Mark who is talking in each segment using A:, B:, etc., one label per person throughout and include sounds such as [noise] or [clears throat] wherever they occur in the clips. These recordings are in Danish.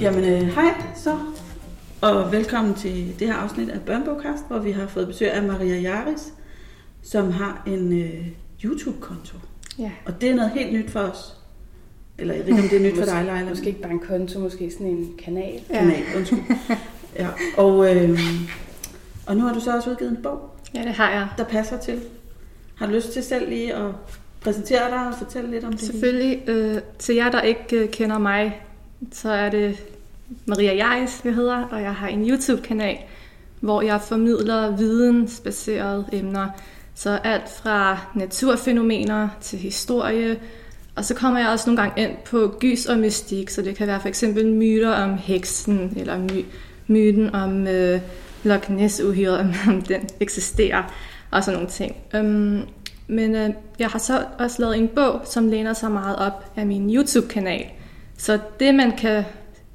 A: Jamen, øh, hej så, og velkommen til det her afsnit af Børnebogkast, hvor vi har fået besøg af Maria Jaris, som har en øh, YouTube-konto.
B: Ja.
A: Og det er noget helt nyt for os. Eller jeg ved ikke, om det er nyt for dig, Leila.
C: Måske ikke bare en konto, måske sådan en kanal.
A: Ja. Nej, undskyld. Ja. Og, øh, og nu har du så også udgivet en bog,
B: ja, det har jeg.
A: der passer til. Har du lyst til selv lige at præsentere dig og fortælle lidt om det?
B: Selvfølgelig. Øh, til jer, der ikke øh, kender mig, så er det Maria Jaris, jeg hedder, og jeg har en YouTube-kanal, hvor jeg formidler vidensbaserede emner. Så alt fra naturfænomener til historie, og så kommer jeg også nogle gange ind på gys og mystik, så det kan være for eksempel myter om heksen, eller my, myten om øh, Loch Ness-uhyret, om, om den eksisterer, og sådan nogle ting. Øhm, men øh, jeg har så også lavet en bog, som læner sig meget op af min YouTube-kanal. Så det, man kan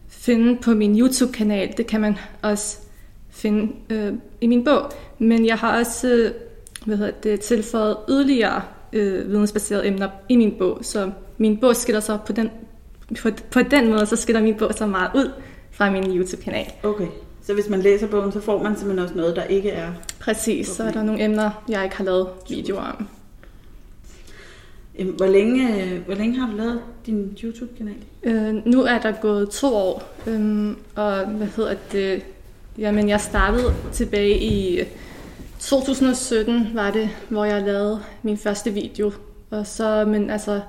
B: finde på min YouTube-kanal, det kan man også finde øh, i min bog. Men jeg har også øh, hvad hedder det, tilføjet yderligere øh, vidensbaserede emner i min bog. Så min bog skiller sig på den, på, på den måde, så skiller min bog så meget ud fra min YouTube-kanal.
A: Okay, så hvis man læser bogen, så får man simpelthen også noget, der ikke er
B: Præcis, okay. så er der nogle emner, jeg ikke har lavet videoer om.
A: Jamen, Hvor længe, øh, hvor længe har du lavet din YouTube-kanal?
B: Øh, nu er der gået to år, øhm, og hvad hedder det? Jamen, jeg startede tilbage i øh, 2017, var det, hvor jeg lavede min første video. Og så, men altså,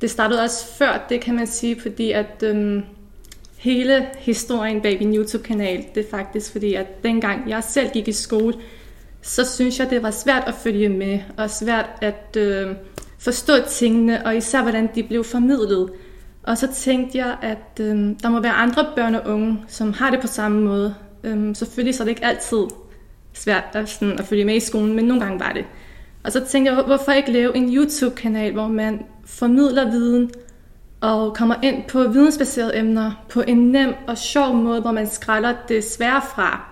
B: det startede også før, det kan man sige, fordi at øhm, hele historien bag min YouTube-kanal, det er faktisk fordi, at dengang jeg selv gik i skole, så synes jeg, det var svært at følge med, og svært at øh, forstå tingene, og især hvordan de blev formidlet. Og så tænkte jeg, at øh, der må være andre børn og unge, som har det på samme måde. Øh, selvfølgelig så er det ikke altid svært at, sådan, at følge med i skolen, men nogle gange var det. Og så tænkte jeg, hvor- hvorfor ikke lave en YouTube-kanal, hvor man formidler viden og kommer ind på vidensbaserede emner på en nem og sjov måde, hvor man skræller det svære fra,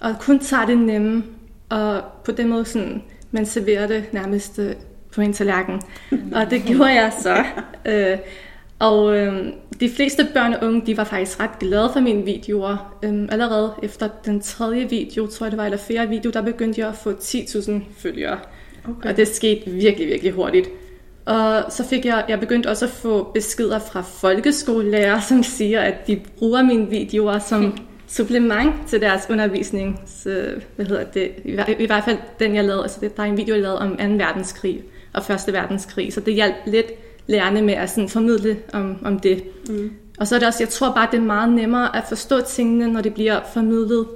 B: og kun tager det nemme, og på den måde sådan, man serverer det nærmest øh, på en tallerken. Og det gjorde jeg så. Øh, og øh, de fleste børn og unge, de var faktisk ret glade for mine videoer. Øh, allerede efter den tredje video, tror jeg det var, eller fjerde video, der begyndte jeg at få 10.000 følgere. Okay. Og det skete virkelig, virkelig hurtigt. Og så fik jeg, jeg begyndte også at få beskeder fra folkeskolelærer, som siger, at de bruger mine videoer som supplement til deres undervisning. Så, hvad hedder det? I, hver- I hvert fald den, jeg lavede. Altså, det, der er en video, jeg lavede om 2. verdenskrig og 1. verdenskrig. Så det hjalp lidt lærerne med at sådan formidle om, om det. Mm. Og så er det også, jeg tror bare, det er meget nemmere at forstå tingene, når det bliver formidlet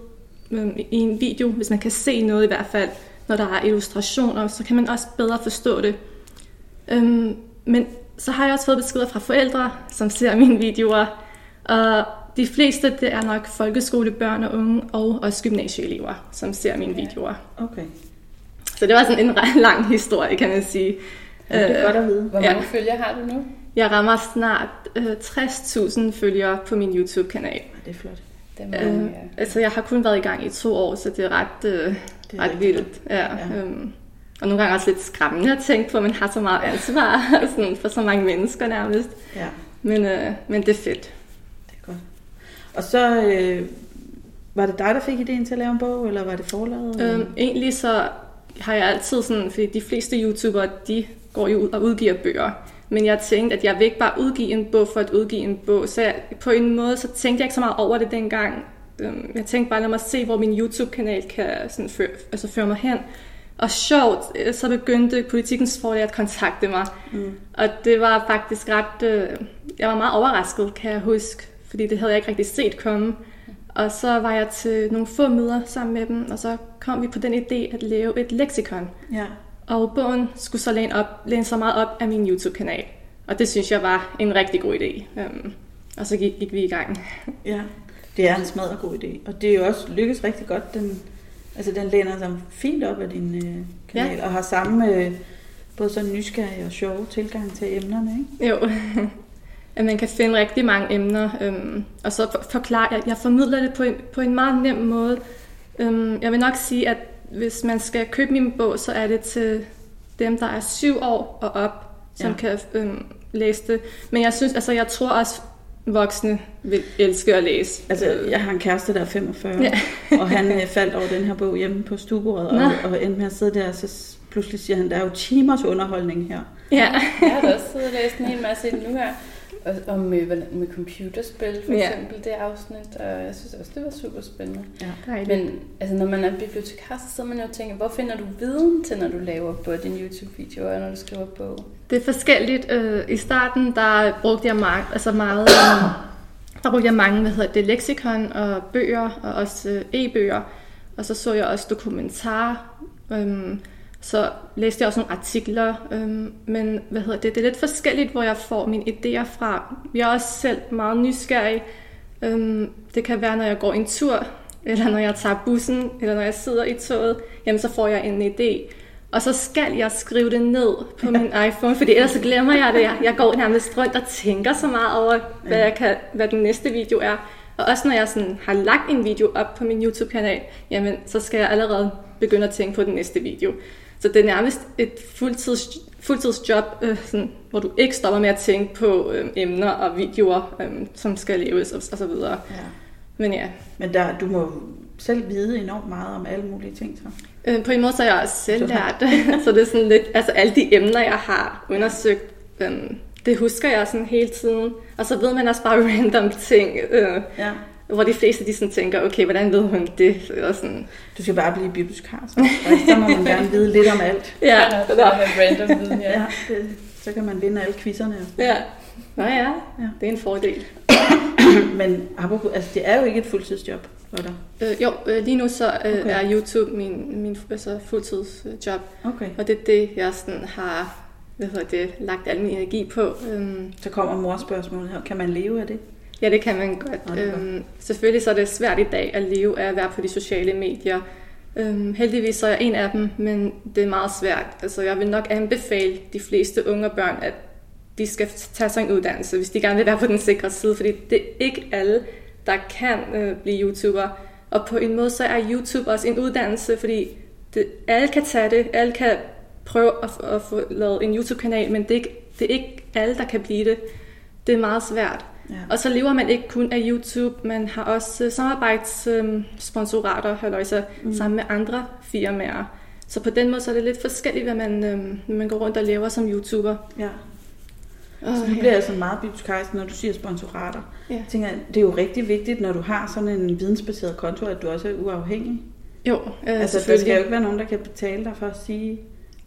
B: øhm, i en video, hvis man kan se noget i hvert fald, når der er illustrationer, så kan man også bedre forstå det. Øhm, men så har jeg også fået beskeder fra forældre, som ser [laughs] mine videoer, og de fleste, det er nok folkeskolebørn og unge, og også gymnasieelever, som ser mine videoer.
A: Okay.
B: Så det var sådan en [laughs] ret lang historie, kan man sige.
A: Ja, det er
B: Øh,
A: godt at vide.
C: Hvor mange ja. følgere har du nu?
B: Jeg rammer snart øh, 60.000 følgere på min YouTube-kanal.
A: Ja, det er flot.
C: Det er
B: Øh,
C: mange, ja.
B: altså, jeg har kun været i gang i to år, så det er ret, øh,
A: Det
B: det
A: er
B: er ret
A: rigtig
B: vildt. Ja,
A: Ja.
B: ja. Øhm, og nogle gange også lidt skræmmende at tænke på, at man har så meget ansvar [laughs] sådan, for så mange mennesker nærmest.
A: Ja,
B: Men, øh, men det er fedt.
A: det er godt. Og så øh, var det dig, der fik idéen til at lave en bog, eller var det forlaget?
B: Øhm, egentlig så har jeg altid sådan, fordi de fleste YouTubere, de går jo ud og udgiver bøger. Men jeg tænkte, at jeg vil ikke bare udgive en bog for at udgive en bog. Så jeg, på en måde, så tænkte jeg ikke så meget over det dengang. Øhm, jeg tænkte bare, lad mig se, hvor min YouTube-kanal kan sådan føre, altså føre mig hen. Og sjovt, øh, så begyndte politikens forlag at kontakte mig. Mm. Og det var faktisk ret... Øh, jeg var meget overrasket, kan jeg huske. Fordi det havde jeg ikke rigtig set komme. Og så var jeg til nogle få møder sammen med dem, og så kom vi på den idé at lave et leksikon.
A: Ja,
B: Og bogen skulle så læne, op, læne sig meget op af min YouTube-kanal. Og det synes jeg var en rigtig god idé. Øhm, og så gik, gik vi i gang.
A: ja. Det er en smadret god idé. Og det er jo også lykkes rigtig godt. Den, altså, den læner sig fint op af din øh, kanal, ja. og har samme... Øh, både sådan nysgerrig og sjov tilgang til emnerne, ikke?
B: Jo, [laughs] at man kan finde rigtig mange emner. Øhm, og så for, forklare, jeg, jeg formidler det på en, på en meget nem måde. Øhm, jeg vil nok sige, at hvis man skal købe min bog, så er det til dem, der er syv år og op, som
A: Ja.
B: ja. kan øhm, læse det. Men jeg synes, altså jeg tror også, voksne vil elske at læse.
A: Altså, jeg har en kæreste, der er 45,
B: Ja.
A: ja. [laughs] og han øh, faldt over den her bog hjemme på stuebordet, og,
B: Nå.
A: og endte med at sidde der, og så s- pludselig siger han, der er jo timers underholdning her.
B: Ja,
C: Jeg har da også siddet og læst en hel masse i den nu her. Og, om øh, hvordan- med computerspil for
B: Ja.
C: eksempel, det afsnit, og jeg synes også, det var super spændende.
B: dejligt.
C: Men altså, når man er bibliotekar, så sidder man jo og tænker, hvor finder du viden til, når du laver både din YouTube-video og når du skriver bog?
B: Det er forskelligt. Øh, I starten, der brugte jeg meget, altså meget, øhm, der brugte jeg mange, hvad hedder det, leksikon og bøger, og også øh, e-bøger. Og så så jeg også dokumentarer. Øhm, så læste jeg også nogle artikler. Øhm, men hvad hedder det, det er lidt forskelligt, hvor jeg får mine idéer fra. Jeg er også selv meget nysgerrig. Øhm, det kan være, når jeg går en tur, eller når jeg tager bussen, eller når jeg sidder i toget, jamen så får jeg en idé. Og så skal jeg skrive det ned på min iPhone, fordi ellers så glemmer jeg det. Jeg- Jeg går nærmest rundt og tænker så meget over, hvad, jeg kan, hvad den næste video er. Og også når jeg sådan har lagt en video op på min YouTube-kanal, jamen så skal jeg allerede begynde at tænke på den næste video. Så det er nærmest et fuldtids, fuldtidsjob, øh, sådan, hvor du ikke stopper med at tænke på øh, emner og videoer, øh, som skal laves og, og så videre.
A: Ja.
B: Men ja,
A: Men der, du må jo selv vide enormt meget om alle mulige ting, så.
B: Øh, På en måde så er jeg også selv lært, [laughs] så det er sådan lidt, altså alle de emner, jeg har undersøgt, øhm, det husker jeg sådan hele tiden. Og så ved man også bare [laughs] random ting, øh,
A: Ja.
B: hvor de fleste de sådan tænker, okay, hvordan ved hun det? Og sådan,
A: Du skal bare blive bibliotekar, så. Og så må [laughs] man gerne vide lidt om alt.
B: ja,
C: det
B: nå,
C: der med random viden, ja.
A: Ja, det, så kan man vinde alle quizzerne.
B: ja. Nå ja,
A: Ja.
B: det er en fordel.
A: Men apropos, altså, det er jo ikke et fuldtidsjob for dig.
B: Øh, jo, øh, lige nu så øh,
A: Okay.
B: er YouTube min, min altså, fuldtidsjob,
A: Okay.
B: og det er det, jeg sådan har hvad hedder det, lagt al min energi på. Øhm,
A: Så kommer morspørgsmålet her. Kan man leve af det?
B: Ja, det kan man godt.
A: Ja, det er godt.
B: Øhm, selvfølgelig så er det svært i dag at leve af at være på de sociale medier. Øhm, heldigvis så er jeg en af dem, men det er meget svært. Altså, jeg vil nok anbefale de fleste unge og børn, at de skal tage sig en uddannelse, hvis de gerne vil være på den sikre side, fordi det er ikke alle, der kan øh, blive YouTuber. Og på en måde så er YouTube også en uddannelse, fordi det, alle kan tage det, alle kan prøve at, at få lavet en YouTube-kanal, men det er, ikke, det er ikke alle, der kan blive det. Det er meget svært.
A: Ja.
B: Og så lever man ikke kun af YouTube, man har også øh, samarbejdssponsorater, halløjsa, mm. sammen med andre firmaer. Så på den måde så er det lidt forskelligt, hvad man, øhm, hvad man går rundt og laver som YouTuber.
A: ja.
B: Oh,
A: Så nu bliver jeg sådan meget bibliotekarisk, når du siger sponsorater.
B: ja.
A: Jeg tænker, det er jo rigtig vigtigt, når du har sådan en vidensbaseret konto, at du også er uafhængig.
B: Jo, øh,
A: altså,
B: altså,
A: der skal jo
B: selvfølgelig.
A: ikke være nogen, der kan betale dig for at sige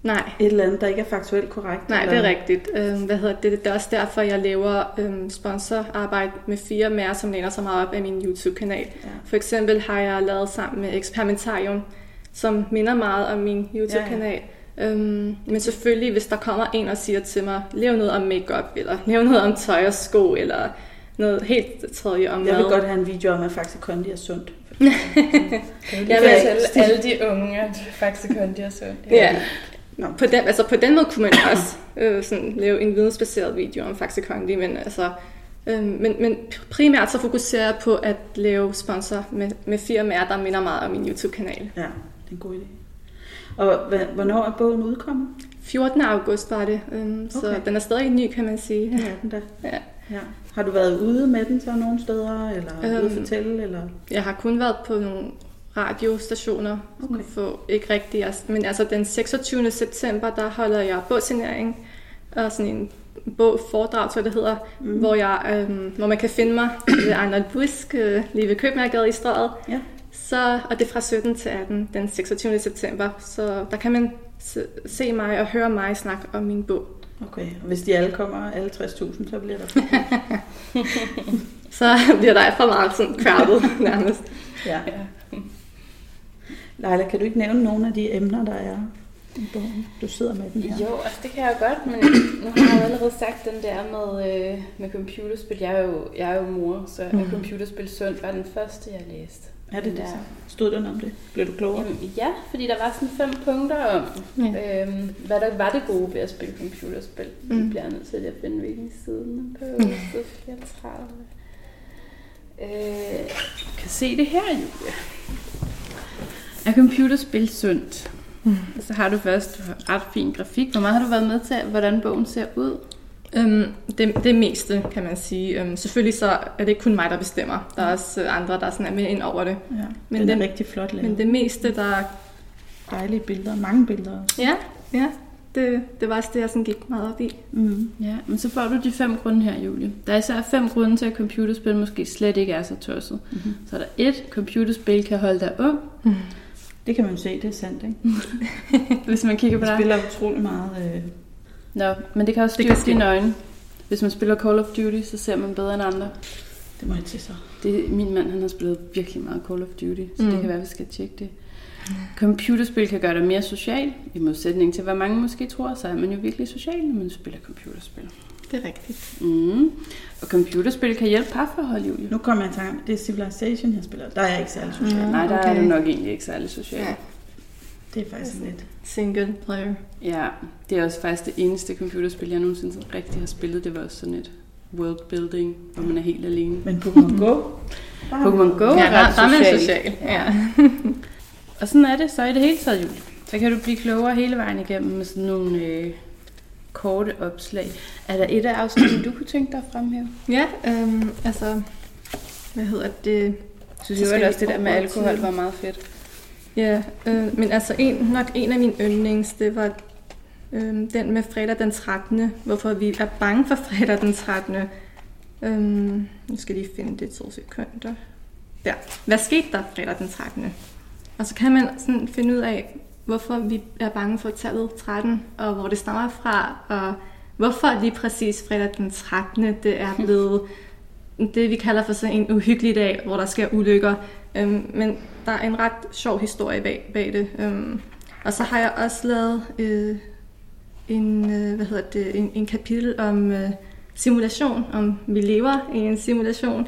B: Nej,
A: et eller andet, der ikke er faktuelt korrekt.
B: nej, det
A: eller-
B: er rigtigt. Øhm, hvad hedder det? det er også derfor, jeg laver øhm, sponsorarbejde med firmaer, som læner sig meget op af min YouTube-kanal.
A: Ja.
B: For eksempel har jeg lavet sammen med Experimentarium, som minder meget om min YouTube-kanal. Ja, ja. Øhm, men selvfølgelig, hvis der kommer en og siger til mig, lav noget om makeup eller lav noget om tøj og sko, eller noget helt tredje om
A: Jeg vil
B: mad.
A: godt have en video om, at faktisk kondi er sundt.
C: Kan du
B: Jeg
C: lige
B: vil
C: fortælle alle de unge, at faktisk kun de har sundt?
B: Ja.
A: Nå.
B: På den, altså på den måde kunne man også øh, sådan, lave en vidensbaseret video om Faxe Kondi, men, altså, øh, men, men primært så fokuserer jeg på at lave sponsor med, med firmaer, der minder meget om min YouTube-kanal.
A: Ja, det er en god idé. Og hva- hvornår er bogen udkommet?
B: 14. august var det, øh, så
A: Okay.
B: den er stadig ny, kan man sige.
A: Ja, den der.
B: Ja.
A: ja. Har du været ude med den så nogle steder, eller øhm. ude
B: Øhm.
A: at fortælle? Eller?
B: Jeg har kun været på nogle radiostationer,
A: Okay.
B: okay. for ikke rigtig, altså- men altså den 26. september, der holder jeg bogsignering, og sådan en bogforedrag, tror jeg det hedder, mm. hvor, jeg, øhm, hvor man kan finde mig ved Arnold Busk, øh, lige ved Købmagergade i Strøget,
A: Ja.
B: så, og det er fra 17 til 18, den 26. september, så der kan man se, se mig og høre mig snakke om min bog.
A: Mm. Okay, og hvis de alle kommer, alle 60.000, så bliver der...
B: [laughs] Så [laughs] bliver der alt for meget sådan crowded [laughs] nærmest.
A: Ja.
C: Ja.
A: Leila, kan du ikke nævne nogle af de emner, der er i bogen? Du sidder med den her.
C: Jo, altså det kan jeg jo godt, men nu har jeg jo allerede sagt den der med, øh, med computerspil. Jeg er jo, jeg er jo mor, så mm. computerspil sundt var den første, jeg læste.
A: Er det det
C: Ja.
A: så? Stod der noget om det? Blev du klogere?
C: Jamen, ja, fordi der var sådan fem punkter om,
B: Ja.
C: ja. øhm, hvad der var det gode ved at spille computerspil. Mm. Nu
B: Mm.
C: bliver jeg nødt til lige at finde, hvilken side den er
D: Mm.
C: på side 34. Øh, du kan se det her, Julia. Er computerspil sundt? Mm. Så har du først ret fin grafik. Hvor meget har du været med til, hvordan bogen ser ud?
B: Øhm, det, det meste, kan man sige. Øhm, selvfølgelig så er det ikke kun mig, der bestemmer. Der er også øh, andre, der sådan er med ind over det.
A: Ja,
B: Men
A: men den er
B: den-
A: rigtig flot lavet.
B: Men det meste, der...
A: Dejlige billeder, mange billeder. også.
B: Ja, ja. Det, det var også det, jeg sådan gik meget op i.
A: Mm.
D: Ja, men så får du de fem grunde her, Julie. Der er især fem grunde til, at computerspil måske slet ikke er så tosset.
A: Mm-hmm.
D: Så er der et, computerspil kan holde dig ung.
A: Det kan man se, det er sandt, ikke?
D: Hvis man kigger på
A: Jeg
D: dig.
A: spiller utrolig meget. Øh,
D: Nå, men det kan også
B: Det kan
D: styrke dine øjne. Hvis man spiller Call of Duty, så ser man bedre end andre.
A: det må jeg til så.
D: Det, min mand han har spillet virkelig meget Call of Duty, så mm.
B: Mm.
D: det kan være, vi skal tjekke det. Computerspil kan gøre dig mere social, i modsætning til, hvad mange måske tror, så er man jo virkelig social, når man spiller computerspil.
B: Det er rigtigt.
D: Mm. Og computerspil kan hjælpe parforhold, Julie.
A: Nu kommer jeg i tanke om, det er Civilization, jeg spiller. Der er jeg ikke særlig social.
B: Mm.
A: Mm.
D: Nej, der okay. er
B: Okay.
D: du nok egentlig ikke særlig social.
B: Ja.
D: Ja.
A: Det er faktisk sådan lidt.
B: Single player.
D: ja, det er også faktisk det eneste computerspil, jeg nogensinde sådan rigtig har spillet. Det var også sådan et world building, hvor man er helt alene.
A: Men Pokémon Go? Bare-
D: [laughs] Pokémon Go
B: Ja,
D: er
B: der, der er man
D: ret social.
B: social. Ja.
D: Og sådan er det så i det hele taget, Julie. Så kan du blive klogere hele vejen igennem med sådan nogle øh, korte opslag. Er der et af afsnittet, du kunne tænke dig at fremhæve?
B: Ja, øhm, altså... Hvad hedder det?
D: Jeg synes
B: Så
D: jo
B: skal vi
D: også, det der med
B: over
D: alkohol
B: til-
D: var meget fedt.
B: Ja, øh, men altså en, nok en af mine yndlings, det var øh, den med fredag den 13. Hvorfor vi er bange for fredag den 13. Øh, nu skal jeg lige finde det to sekunder. Der. Hvad skete der fredag den 13. Og så kan man sådan finde ud af, hvorfor vi er bange for tallet 13, og hvor det stammer fra, og hvorfor lige præcis fredag den 13. det er blevet det, vi kalder for sådan en uhyggelig dag, hvor der sker ulykker. Øhm, men der er en ret sjov historie bag, bag det. Øhm, og så har jeg også lavet øh, en, øh, hvad hedder det, en, en kapitel om øh, simulation, om vi lever i en simulation.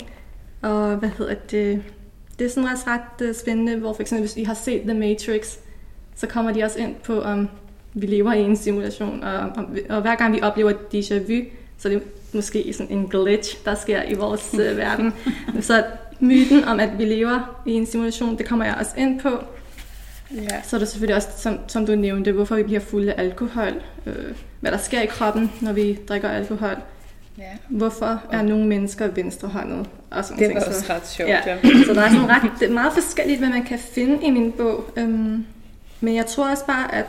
B: Og hvad hedder det, det er sådan ret, ret øh, spændende, hvor for eksempel hvis I har set The Matrix, så kommer de også ind på, om vi lever i en simulation, og, og, og hver gang vi oplever déjà vu, så er det måske sådan en glitch, der sker i vores øh, verden. Så myten om, at vi lever i en simulation, det kommer jeg også ind på.
D: Ja.
B: Så er der selvfølgelig også, som, som du nævnte, hvorfor vi bliver fulde af alkohol. Øh, hvad der sker i kroppen, når vi drikker alkohol.
D: ja.
B: Hvorfor er nogle mennesker venstrehåndede? Og sådan ting. så,
D: ret sjovt.
B: Ja. så der er sådan ret, det er meget forskelligt, hvad man kan finde i min bog. Øhm, men jeg tror også bare, at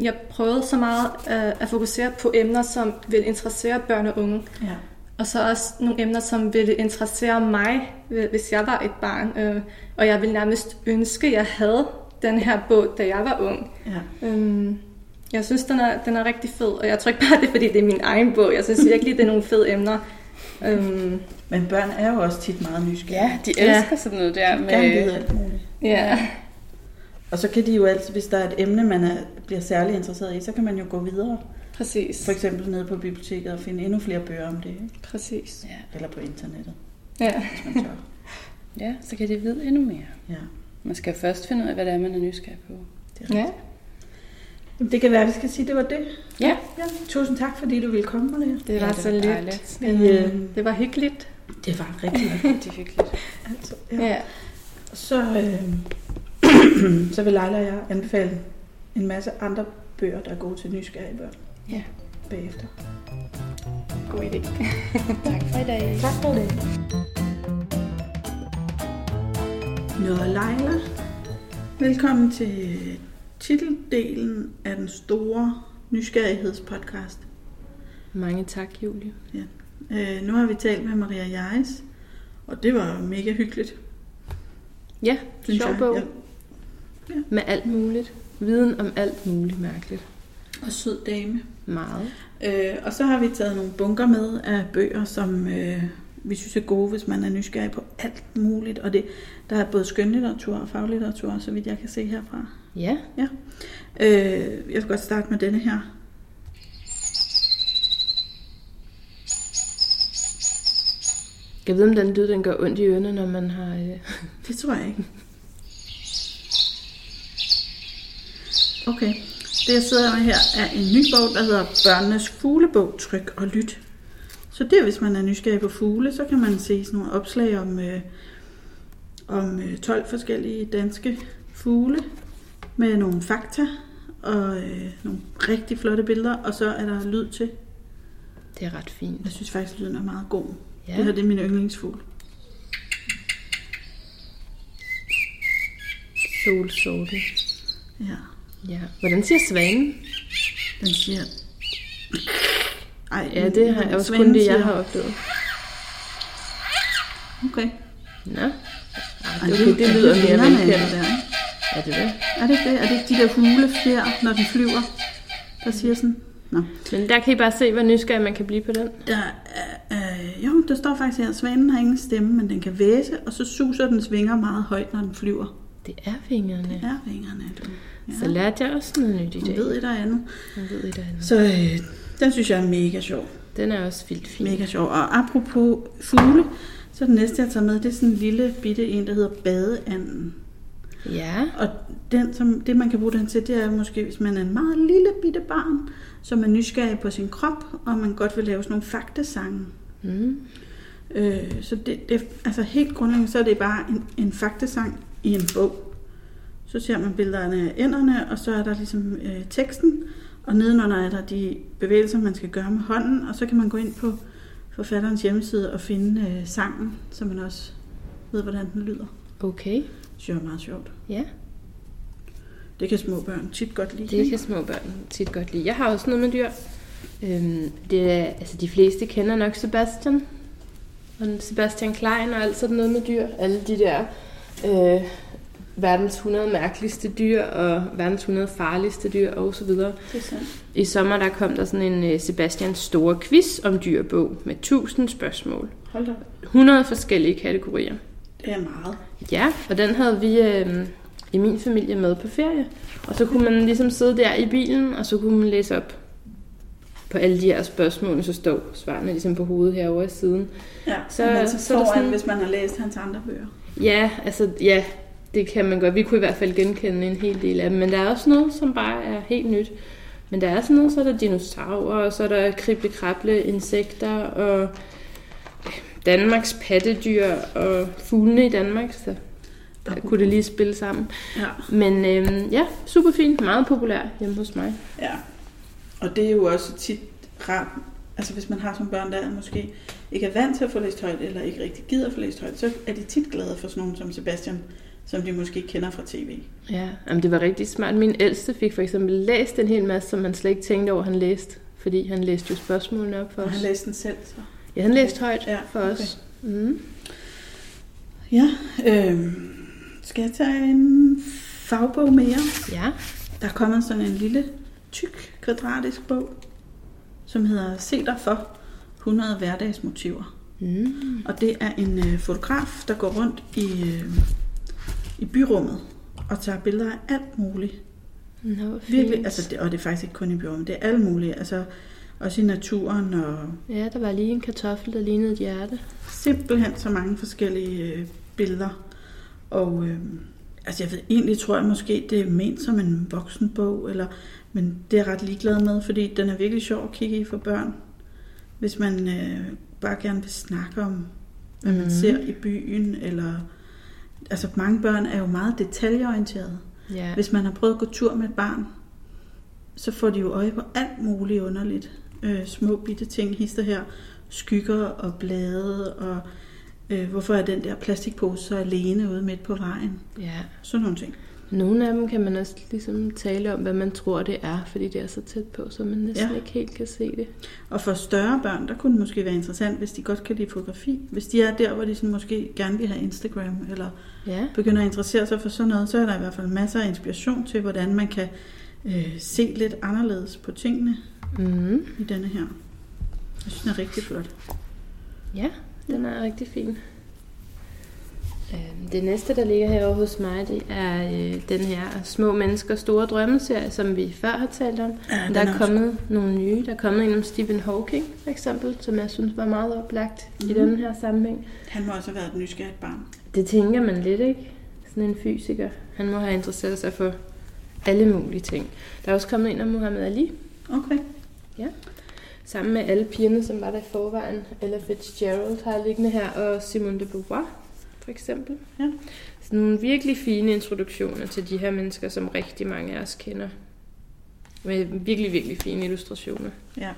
B: jeg prøvede så meget øh, at fokusere på emner, som vil interessere børn og unge.
A: Ja.
B: Og så også nogle emner, som ville interessere mig, hvis jeg var et barn. Øh, og jeg ville nærmest ønske, at jeg havde den her bog, da jeg var ung.
A: ja.
B: Øhm, jeg synes, den er, den er rigtig fed. Og jeg tror ikke bare, det er, fordi det er min egen bog. Jeg synes virkelig, det er nogle fede emner. Øhm,
A: Men børn er jo også tit meget nysgerrige.
D: ja, de
B: elsker
D: elsker ja. sådan noget der
A: De Gerne
D: med...
A: vide alt muligt.
B: ja.
A: Og så kan de jo altid, hvis der er et emne, man er, bliver særlig interesseret i, så kan man jo gå videre.
B: præcis.
A: For eksempel nede på biblioteket og finde endnu flere bøger om det. Ikke?
B: Præcis.
D: Ja.
A: Eller på internettet,
B: Ja.
A: hvis man tør.
D: ja, så kan de vide endnu mere.
A: Ja,
D: Man skal først finde ud af, hvad det er, man er nysgerrig på.
A: det, er rigtigt.
B: ja.
A: Jamen, det kan være, at vi skal sige, at det var det.
D: Ja.
A: ja. Tusind tak, fordi du ville komme, Maria.
B: Det var
D: ja,
B: så lidt.
D: dejligt.
B: Men,
A: Øhm,
B: øh, det var hyggeligt.
A: Det var rigtig
D: Rigtig hyggeligt.
A: [laughs] altså,
B: Ja. ja.
A: Så, øh, [clears throat] så vil Leila og jeg anbefale en masse andre bøger, der er gode til nysgerrige børn.
D: Ja.
A: Bagefter.
B: God idé.
D: tak for i dag.
A: Tak for det. Nå, Leila. Velkommen til titeldelen af den store nysgerrighedspodcast.
D: Mange tak, Julie.
A: Øh, nu har vi talt med Maria Jais, og det var mega hyggeligt.
E: Ja,
A: synes
E: sjov
A: jeg.
E: bog
A: Ja.
E: med alt muligt. Viden om alt muligt mærkeligt.
A: Og sød dame.
E: Meget.
A: Øh, og så har vi taget nogle bunker med af bøger, som øh, vi synes er gode, hvis man er nysgerrig på alt muligt. Og det, der er både skønlitteratur og faglitteratur, så vidt jeg kan se herfra.
E: Ja.
A: Øh, jeg vil godt starte med denne her.
E: Jeg ved, om den lyd, den gør ondt i ørerne, når man har... Øh...
A: Det tror jeg ikke. Okay. Det, jeg sidder med her, er en ny bog, der hedder Børnenes fuglebog, tryk og lyt. Så det, er, hvis man er nysgerrig på fugle, så kan man se sådan nogle opslag om, øh, om øh, 12 forskellige danske fugle med nogle fakta og øh, nogle rigtig flotte billeder, og så er der lyd til.
D: Det er ret fint.
A: Jeg synes faktisk, lyden er meget god. Ja.
D: Ja.
A: Det her det er min yndlingsfugl.
D: Sol, sol.
A: Ja.
D: Ja. Hvordan siger svanen?
A: Den siger... Ej,
D: Ja,
A: den-
D: det har jeg også
A: svanen
D: kun det, jeg
A: siger-
D: har oplevet.
A: Okay.
D: Nå. Ej,
A: Ej,
D: det, okay, det lyder mere
A: vingerne, det
D: velkendt.
A: der, ikke?
D: Er det det?
A: Er det ikke det? Er det ikke de der hulefjer, når den flyver, der siger sådan? Nå.
D: Men der kan I bare se, hvor nysgerrig man kan blive på den.
A: Der, er- øh, jo, der står faktisk her, svanen har ingen stemme, men den kan væse, og så suser dens vinger meget højt, når den flyver.
D: Det er vingerne.
A: Ja, vingerne. Du. Ja.
D: Så lærte jeg også noget nyt i
A: Hun
D: dag.
A: ved et og andet.
D: Jeg ved et andet.
A: Så øh, den synes jeg er mega sjov.
D: Den er også vildt fin.
A: Mega sjov. Og apropos fugle, så den næste, jeg tager med, det er sådan en lille bitte en, der hedder badeanden.
D: Ja.
A: Og den, som, det, man kan bruge den til, det er måske, hvis man er en meget lille bitte barn, som er nysgerrig på sin krop, og man godt vil lave sådan nogle faktasange.
D: Mm.
A: Øh, så det, det, altså helt grundlæggende, så er det bare en, en faktasang i en bog. Så ser man billederne af ænderne, og så er der ligesom øh, teksten, og nedenunder er der de bevægelser, man skal gøre med hånden, og så kan man gå ind på forfatterens hjemmeside og finde øh, sangen, så man også ved, hvordan den lyder.
D: Okay.
A: Det synes jeg er meget sjovt.
D: Ja.
A: Det kan små børn tit godt lide.
D: Det
A: ikke?
D: kan små børn tit godt lide. Jeg har også noget med dyr. Øhm, det er, altså de fleste kender nok Sebastian. Og Sebastian Klein og alt sådan noget med dyr. Alle de der øh, verdens 100 mærkeligste dyr og verdens 100 farligste dyr og så videre.
A: Det er sandt.
D: I sommer der kom der sådan en øh, Sebastians store quiz om dyrbog med 1000 spørgsmål.
A: Hold da op.
D: 100 forskellige kategorier.
A: Det er meget.
D: Ja, og den havde vi øh, i min familie med på ferie. Og så kunne man ligesom sidde der i bilen, og så kunne man læse op på alle de her spørgsmål, så står svarene ligesom på hovedet herovre i siden.
A: Ja,
D: Så-
A: så, men altså
D: så er
A: foran,
D: det
A: sådan...
D: sådan-
A: hvis man har læst hans andre bøger.
D: Ja, altså ja, det kan man godt. Vi kunne i hvert fald genkende en hel del af dem, men der er også noget, som bare er helt nyt. Men der er sådan noget, så er der dinosaurer, og så er der krible-krable insekter, og øh, Danmarks pattedyr, og fuglene i Danmark, så der kunne det lige spille sammen.
A: Ja.
D: Men øhm, ja, super fint. Meget populær hjemme hos mig.
A: Ja, og det er jo også tit rart, altså hvis man har som børn, der måske ikke er vant til at få læst højt, eller ikke rigtig gider at få læst højt, så er de tit glade for sådan nogen som Sebastian, som de måske kender fra tv.
D: Ja, jamen, det var rigtig smart. Min ældste fik for eksempel læst en hel masse, som han slet ikke tænkte over, han læste. Fordi han læste jo spørgsmålene op for
A: Og
D: os.
A: han læste den selv, så.
D: Ja, han læste højt
A: Ja,
D: for os. Mm.
A: Ja, øhm, skal jeg tage en fagbog mere?
D: Ja.
A: Der er kommet sådan en lille, tyk, kvadratisk bog, som hedder Se dig for 100 hverdagsmotiver.
D: Mm.
A: Og det er en øh, fotograf, der går rundt i, øh, i byrummet og tager billeder af alt muligt.
D: Nå, hvor fint.
A: Virkelig, altså, det, og det er faktisk ikke kun i byrummet, det er alt muligt. Altså, også i naturen og
D: Ja, der var lige en kartoffel, der lignede et hjerte.
A: simpelthen så mange forskellige øh, billeder. Og øh, altså, jeg ved, egentlig tror jeg måske, det er ment som en voksenbog, eller, men det er jeg ret ligeglad med, fordi den er virkelig sjov at kigge i for børn. Hvis man øh, bare gerne vil snakke om, hvad man
D: Mhm.
A: ser i byen, eller... Altså, mange børn er jo meget detaljeorienterede.
D: Ja.
A: Hvis man har prøvet at gå tur med et barn, så får de jo øje på alt muligt underligt. Øh, små bitte ting, hister her, skygger og blade, og øh, hvorfor er den der plastikpose så alene ude midt på vejen?
D: ja.
A: Sådan nogle ting.
D: Nogle af dem kan man også ligesom tale om, hvad man tror, det er, fordi det er så tæt på, så man næsten
A: Ja.
D: ja. ikke helt kan se det.
A: Og for større børn, der kunne det måske være interessant, hvis de godt kan lide fotografi. Hvis de er der, hvor de sådan måske gerne vil have Instagram, eller
D: Ja.
A: begynder at interessere sig for sådan noget, så er der i hvert fald masser af inspiration til, hvordan man kan øh, se lidt anderledes på tingene
D: Mm.
A: i denne her. Jeg synes, den er rigtig flot.
D: Ja, den er rigtig fin. Øhm, Det næste, der ligger herovre hos mig, det er øh, den her Små Mennesker Store Drømmeserie, som vi før har talt om.
A: Ja, den
D: der
A: er
D: er
A: også
D: kommet nogle nye. Der er kommet en om Stephen Hawking, for eksempel, som jeg synes var meget oplagt mm. i den her sammenhæng.
A: Han må også have været et nysgerrigt barn.
D: Det tænker man lidt, ikke? Sådan en fysiker. Han må have interesseret sig for alle mulige ting. Der er også kommet en om Muhammad Ali,
A: Okay.
D: sammen med alle pigerne, som var der i forvejen. Ella Fitzgerald har jeg liggende her, og Simone de Beauvoir, for eksempel.
A: Ja.
D: Sådan nogle virkelig fine introduktioner til de her mennesker, som rigtig mange af os kender. Med virkelig, virkelig fine illustrationer.
A: Ja.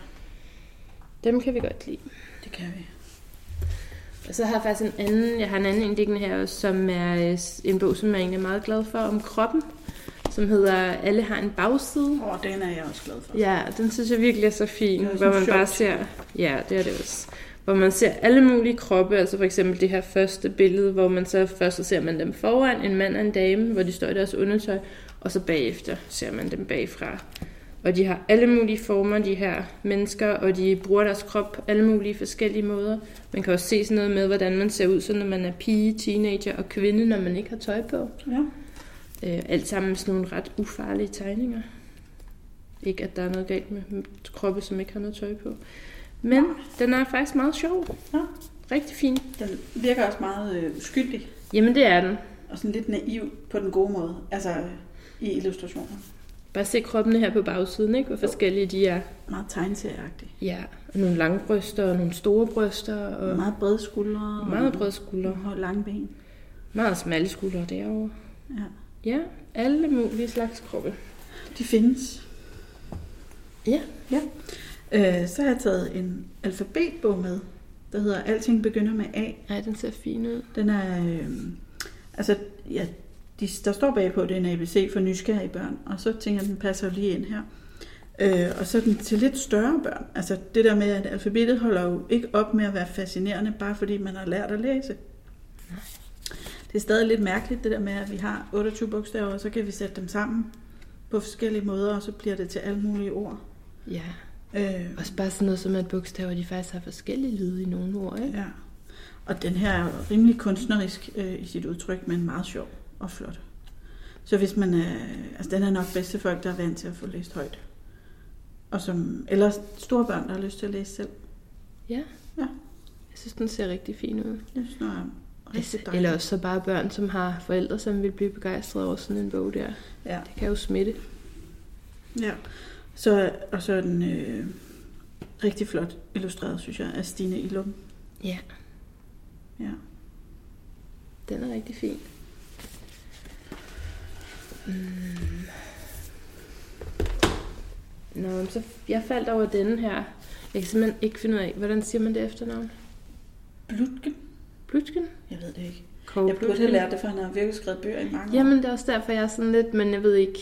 D: Dem kan vi godt lide.
A: Det kan vi.
D: Og så har jeg faktisk en anden, jeg har en anden indlæggende her også, som er øh, en bog, som jeg egentlig er meget glad for, om kroppen, som hedder Alle har en bagside.
A: Åh, oh, den er jeg også glad for.
D: Ja, den synes jeg virkelig er så fin,
A: Det er også
D: hvor
A: en
D: man
A: sjov
D: bare ser, ja, det er det også, hvor man ser alle mulige kroppe, altså for eksempel det her første billede, hvor man så først så ser man dem foran, en mand og en dame, hvor de står i deres undertøj, og så bagefter ser man dem bagfra. Og de har alle mulige former, de her mennesker, og de bruger deres krop på alle mulige forskellige måder. Man kan også se sådan noget med, hvordan man ser ud, så når man er pige, teenager og kvinde, når man ikke har tøj på.
A: Ja.
D: Øh, alt sammen sådan nogle ret ufarlige tegninger. Ikke at der er noget galt med kroppe, som ikke har noget tøj på. Men den er faktisk meget sjov.
A: Ja.
D: Rigtig fin.
A: Den virker også meget øh, uskyldig
D: Jamen det er den.
A: og sådan lidt naiv på den gode måde, altså øh, i illustrationer.
D: Bare se kroppene her på bagsiden, ikke? Hvor forskellige de er.
A: Meget tegneserieagtig.
D: Ja, og nogle lange bryster og nogle store bryster. Og
A: Meget brede skuldre. og-
D: meget brede skuldre.
A: Og lange ben.
D: Meget smalle skuldre derovre.
A: Ja.
D: Ja, alle mulige slags kroppe.
A: De findes.
D: Ja.
A: ja. Øh, så har jeg taget en alfabetbog med, der hedder Alting begynder med A.
D: Nej, den ser fin ud.
A: Den er... Øh, altså, ja, de, der står bagpå, det er en ABC for nysgerrige børn, og så tænker jeg, den passer jo lige ind her. Øh, og så er den til lidt større børn. Altså det der med, at alfabetet holder jo ikke op med at være fascinerende, bare fordi man har lært at læse. Det er stadig lidt mærkeligt, det der med, at vi har 28 bogstaver, og så kan vi sætte dem sammen på forskellige måder, og så bliver det til alle mulige ord.
D: Ja,
A: Øh,
D: også bare sådan noget som, at bogstaver de faktisk har forskellige lyde i nogle ord, ikke?
A: Ja. Og den her er jo rimelig kunstnerisk øh, i sit udtryk, men meget sjov og flot. Så hvis man er, altså den er nok bedst til folk, der er vant til at få læst højt. Og som, eller store børn, der har lyst til at læse selv.
D: Jeg synes, den ser rigtig fin ud.
A: Jeg synes, den er rigtig dejlig.
D: Eller også så bare børn, som har forældre, som vil blive begejstrede over sådan en bog der.
A: Ja.
D: Det kan jo smitte.
A: ja. Så, og så er den øh, rigtig flot illustreret, synes jeg, af Stine Ilum.
D: Ja.
A: Ja.
D: Den er rigtig fin. Mm. Nå, men så jeg faldt over denne her. Jeg kan simpelthen ikke finde ud af, hvordan siger man det efternavn?
A: Blutgen?
D: Blutgen?
A: Jeg ved det ikke.
D: Kåre
A: Jeg burde have lært det, for han har virkelig skrevet bøger i mange år.
D: Jamen, det er også derfor, jeg er sådan lidt, men jeg ved ikke.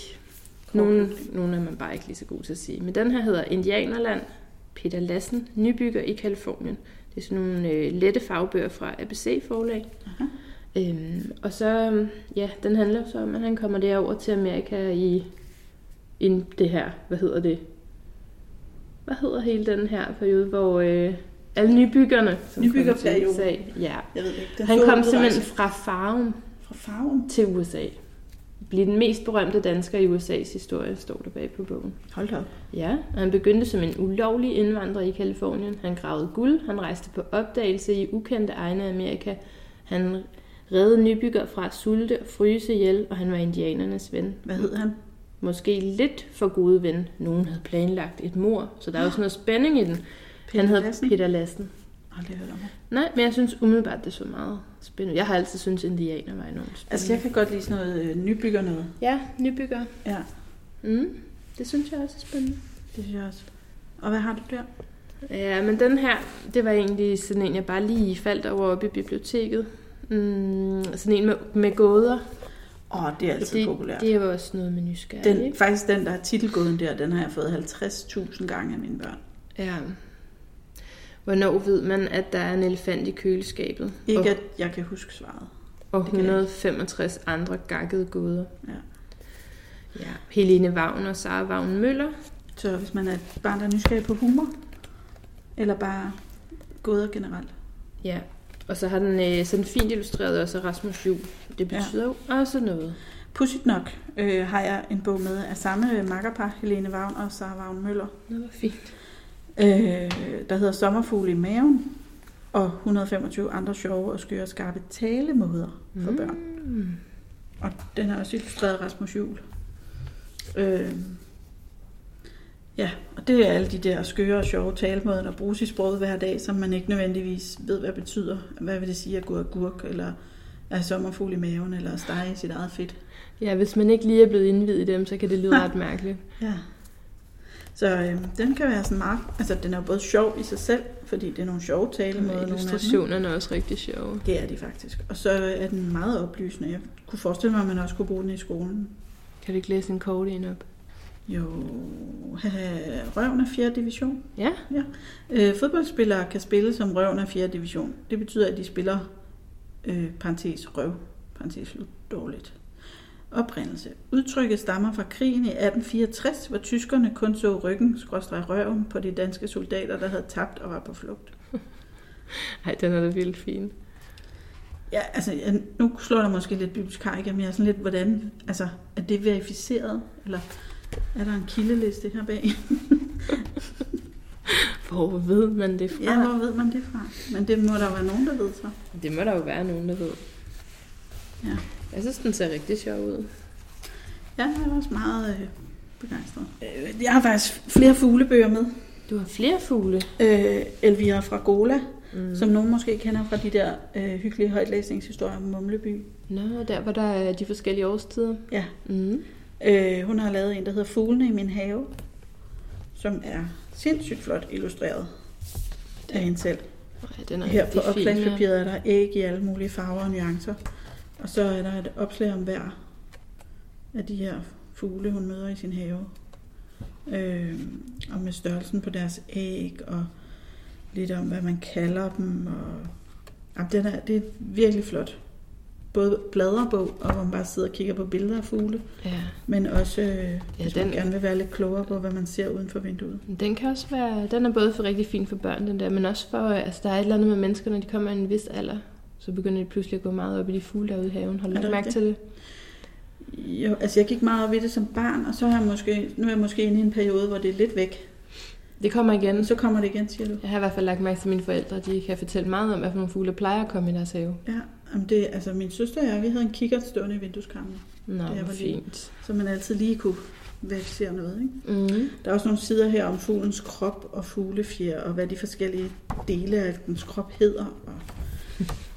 A: Kåre
D: Nogle,
A: Blutgen.
D: nogle er man bare ikke lige så god til at sige. Men den her hedder Indianerland, Peter Lassen, nybygger i Kalifornien. Det er sådan nogle øh, lette fagbøger fra ABC-forlag.
A: Aha.
D: Øhm, og så, øhm, ja, den handler så om, at han kommer derover til Amerika i en, det her, hvad hedder det? Hvad hedder hele den her periode, hvor øh, alle nybyggerne, som
A: Nybyggerperioden.
D: kom til USA, ja,
A: Jeg ved det ikke. Den
D: han
A: store
D: kom
A: udrejse
D: simpelthen fra Farum
A: Fra farven.
D: til USA. Blev den mest berømte dansker i USA's historie, står der bag på bogen.
A: Hold da op.
D: Ja, og han begyndte som en ulovlig indvandrer i Kalifornien. Han gravede guld, han rejste på opdagelse i ukendte egne af Amerika. Han reddede nybyggere fra at sulte og fryse ihjel, og han var indianernes ven.
A: Hvad hed han?
D: Måske lidt for gode ven. Nogen havde planlagt et mor, så der er jo sådan noget spænding i den.
A: Peter
D: Han hed
A: Lassen?
D: Peter Lassen.
A: Jeg har aldrig hørt om ham.
D: Nej, men jeg synes umiddelbart, det så meget spændende. Jeg har altid syntes, indianer var enormt spændende.
A: Altså, jeg kan godt lide sådan noget øh, nybygger noget.
D: Ja, nybygger.
A: Ja,
D: Mm, det synes jeg også er spændende.
A: det synes jeg også. Og hvad har du der?
D: Ja, men den her, det var egentlig sådan en, jeg bare lige faldt over oppe i biblioteket. Mm, sådan en med, med gåder.
A: Åh, oh, det er altid det, populært. Det,
D: det er jo også noget med nysgerrighed.
A: den,
D: ikke?
A: faktisk den, der er titelgåden der, den har jeg fået 50.000 gange af mine børn.
D: Ja. Hvornår ved man, at der er en elefant i køleskabet?
A: Ikke
D: og,
A: at jeg kan huske svaret.
D: og
A: det kan jeg ikke.
D: 165 andre gakkede gåder.
A: Ja.
D: Ja. Helene Vagn og Sara Vagn Møller.
A: Så hvis man er et barn, der er nysgerrig på humor, eller bare gåder generelt.
D: Ja. Og så har den øh, sådan fint illustreret også af Rasmus Juhl. Det
A: Ja.
D: betyder jo også noget.
A: Pudsigt nok øh, har jeg en bog med af samme øh, makkerpar, Helene Vagn og Sara Vagn Møller,
D: Nå, hvor fint.
A: øh, der hedder Sommerfugle i maven, og 125 andre sjove og skøre skarpe talemåder for børn.
D: Mm.
A: Og den er også illustreret af Rasmus Juhl. Øh, ja, og det er alle de der skøre og sjove talemåder, der bruges i sproget hver dag, som man ikke nødvendigvis ved, hvad betyder. Hvad vil det sige at gå agurk, eller er sommerfugl i maven, eller at stege i sit eget fedt.
D: Ja, hvis man ikke lige er blevet indvidet i dem, så kan det lyde ret mærkeligt.
A: Ja. Så øh, den kan være sådan meget... Altså, den er jo både sjov i sig selv, fordi det er nogle sjove talemåder. nogle af dem, ikke?
D: Illustrationerne er også rigtig sjove.
A: Det er de faktisk. Og så er den meget oplysende. Jeg kunne forestille mig, at man også kunne bruge den i skolen.
D: Kan du ikke læse en kort en op?
A: Jo, [laughs] røven er 4. division.
D: Ja.
A: Øh, fodboldspillere kan spille som røven af 4. division. Det betyder, at de spiller øh, parentes røv, parentes slut, dårligt. Oprindelse. Udtrykket stammer fra krigen i 1864, hvor tyskerne kun så ryggen, skråstreg røven, på de danske soldater, der havde tabt og var på flugt.
D: Ej, den er da vildt fin.
A: Ja, altså, jeg, nu slår der måske lidt bibliotekar igennem, men jeg er sådan lidt, hvordan, altså, er det verificeret, eller er der en kildeliste her bag?
D: Hvor ved man det fra?
A: Ja, hvor ved man det fra? Men det må der være nogen, der ved så.
D: Det må der jo være nogen, der ved.
A: Ja.
D: Jeg synes, den ser rigtig sjov ud.
A: Ja, jeg er også meget øh, begejstret. Øh, jeg har faktisk flere fuglebøger med.
D: Du har flere fugle.
A: Øh, Elvira fra Gola, mm. som nogen måske kender fra de der øh, hyggelige højtlæsningshistorier om Mumleby.
D: Nå, der var der er de forskellige årstider.
A: Ja,
D: Mm.
A: Øh, hun har lavet en, der hedder Fuglene i min have, som er sindssygt flot illustreret af hende selv.
D: Ej, den er
A: Her på
D: rigtig fin. ja.
A: opslagspapiret er der æg i alle mulige farver og nuancer. Og så er der et opslag om hver af de her fugle, hun møder i sin have. Øh, og med størrelsen på deres æg, og lidt om, hvad man kalder dem. Og... Jamen, den er, det er virkelig flot. Både bladrebog, og hvor man bare sidder og kigger på billeder af fugle,
D: Ja.
A: men også, øh, hvis
D: den-
A: man gerne vil være lidt klogere på, hvad man ser uden for vinduet.
D: Men Den kan også være, den er både for rigtig fin for børn, den der, men også for, øh, altså der er et eller andet med mennesker, når de kommer i en vis alder, så begynder de pludselig at gå meget op i de fugle derude i haven. Har du
A: Er
D: lagt
A: der
D: mærke
A: det?
D: til det?
A: Jo, altså jeg gik meget op i det som barn, og så har jeg måske, nu er jeg måske inde i en periode, hvor det er lidt væk.
D: Det kommer igen.
A: Men så kommer det igen, siger du.
D: Jeg har i hvert fald lagt mærke til mine forældre, de kan fortælle meget om, hvad for nogle fugle der plejer at komme i deres have.
A: Ja, jamen det, altså min søster og jeg, vi havde en kikkert stående i vindueskarmen,
D: Nå,
A: Det er
D: det
A: hvor
D: er
A: lille.
D: fint.
A: så man altid lige kunne verificere noget. Ikke?
D: Mm.
A: Der er også nogle sider her om fuglens krop og fuglefjer, og hvad de forskellige dele af dens krop hedder. Og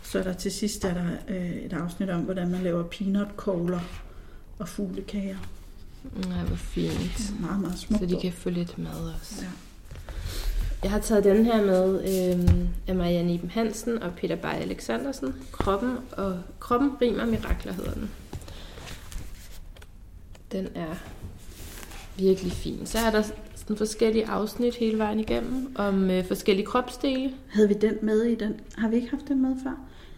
A: så er der til sidst er der øh, et afsnit om, hvordan man laver peanutkogler og fuglekager.
D: Nej, hvor fint.
A: Det er meget, meget smukt.
D: Så de kan få lidt mad også.
A: Ja.
D: Jeg har taget den her med øhm, af Marianne Iben Hansen og Peter Bay Alexandersen. Kroppen, og, kroppen rimer mirakler hedder den. Den er virkelig fin. Så er der sådan forskellige afsnit hele vejen igennem om øh, forskellige kropsdele.
A: Havde vi den med i den? Har vi ikke haft den med før?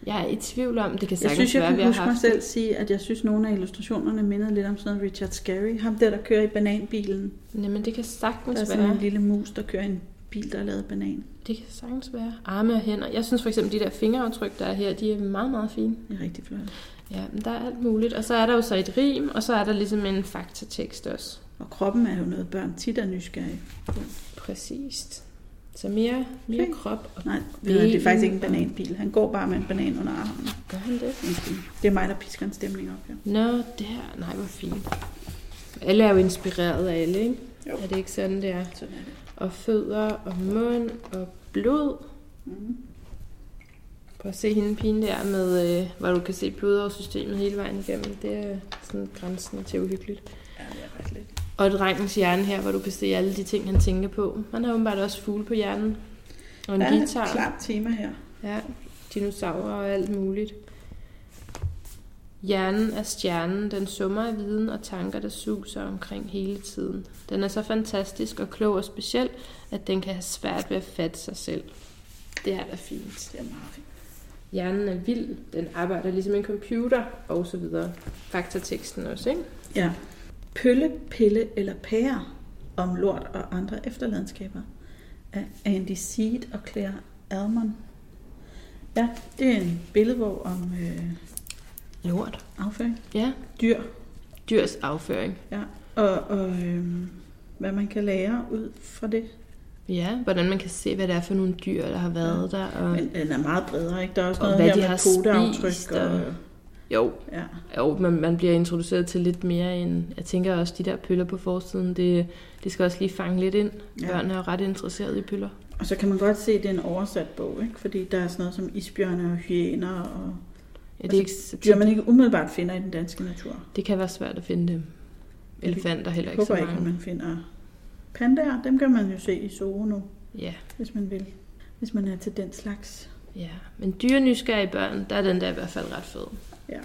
D: Jeg er i tvivl om, det kan
A: Jeg
D: sagtens
A: synes, jeg
D: være,
A: kan
D: vi har
A: huske mig
D: haft
A: selv sige, at jeg synes, nogle af illustrationerne mindede lidt om sådan noget Richard Scarry. Ham der, der kører i bananbilen.
D: Nej, men det kan
A: Der er
D: sagtens
A: sådan
D: være.
A: en lille mus, der kører i en bil, der er lavet af banan.
D: Det kan sagtens være. Arme og hænder. Jeg synes for eksempel, de der fingeraftryk, der er her, de er meget, meget fine.
A: Det er rigtig flot.
D: Ja, men der er alt muligt. Og så er der jo så et rim, og så er der ligesom en faktatekst også.
A: Og kroppen er jo noget, børn tit er nysgerrige.
D: Præcist. Så mere, mere
A: Fint.
D: krop. Og
A: Nej, ved du hvad, det er faktisk ikke en bananbil. Han går bare med en banan under armen.
D: gør han det?
A: Det er mig, der pisker en stemning op, ja.
D: Nå, der. Nej, hvor fint. Alle er jo inspireret af alle, ikke?
A: Jo.
D: Er det ikke sådan, det er?
A: Sådan er det.
D: Og fødder, og mund, og blod.
A: Mm.
D: Prøv at se hende pigen der, med, øh, hvor du kan se blodårssystemet hele vejen igennem. Det er sådan grænsen til uhyggeligt.
A: Ja, det er ret lidt.
D: Og drengens hjerne her, hvor du kan se alle de ting, han tænker på. Han har åbenbart også fugle på hjernen. Og en
A: Der er
D: guitar.
A: et klart tema her.
D: Ja, dinosaurer og alt muligt. Hjernen er stjernen, den summer af viden og tanker, der suser omkring hele tiden. Den er så fantastisk og klog og speciel, at den kan have svært ved at fatte sig selv. Det er da fint.
A: Det er meget fint.
D: Hjernen er vild, den arbejder ligesom en computer, og så videre. Faktateksten også, ikke?
A: Ja. Pølle, pille eller pære om lort og andre efterladenskaber af Andy Seed og Claire Almond. Ja, det er en billedvog om øh,
D: Lort.
A: afføring,
D: Ja,
A: dyr
D: dyrs afføring.
A: og, og øh, hvad man kan lære ud fra det.
D: Ja, hvordan man kan se, hvad det er for nogle dyr, der har været der. Og...
A: Men den er meget bredere, ikke? Der er også
D: Og
A: noget
D: hvad
A: her
D: de
A: med
D: har
A: poteaftryk
D: spist,
A: og...
D: og- Jo,
A: Ja.
D: Jo, men man bliver introduceret til lidt mere end... Jeg tænker også, de der pøller på forsiden, det, det skal også lige fange lidt ind. Ja.
A: ja.
D: Børn er jo ret interesseret i pøller.
A: Og så kan man godt se, at det er en oversat bog, ikke? Fordi der er sådan noget som isbjørne og hyæner og
D: Ja, det, er ikke,
A: dyr, Altså, man ikke umiddelbart finder i den danske natur.
D: det kan være svært at finde dem. Elefanter heller
A: Jeg
D: ikke så
A: håber ikke, at
D: mange.
A: man finder Pandaer, dem kan man jo se i Zoo nu,
D: Ja,
A: hvis man vil. Hvis man er til den slags.
D: ja. Men dyre nysgerrige børn, der er den der i hvert fald ret fed.
A: Ja.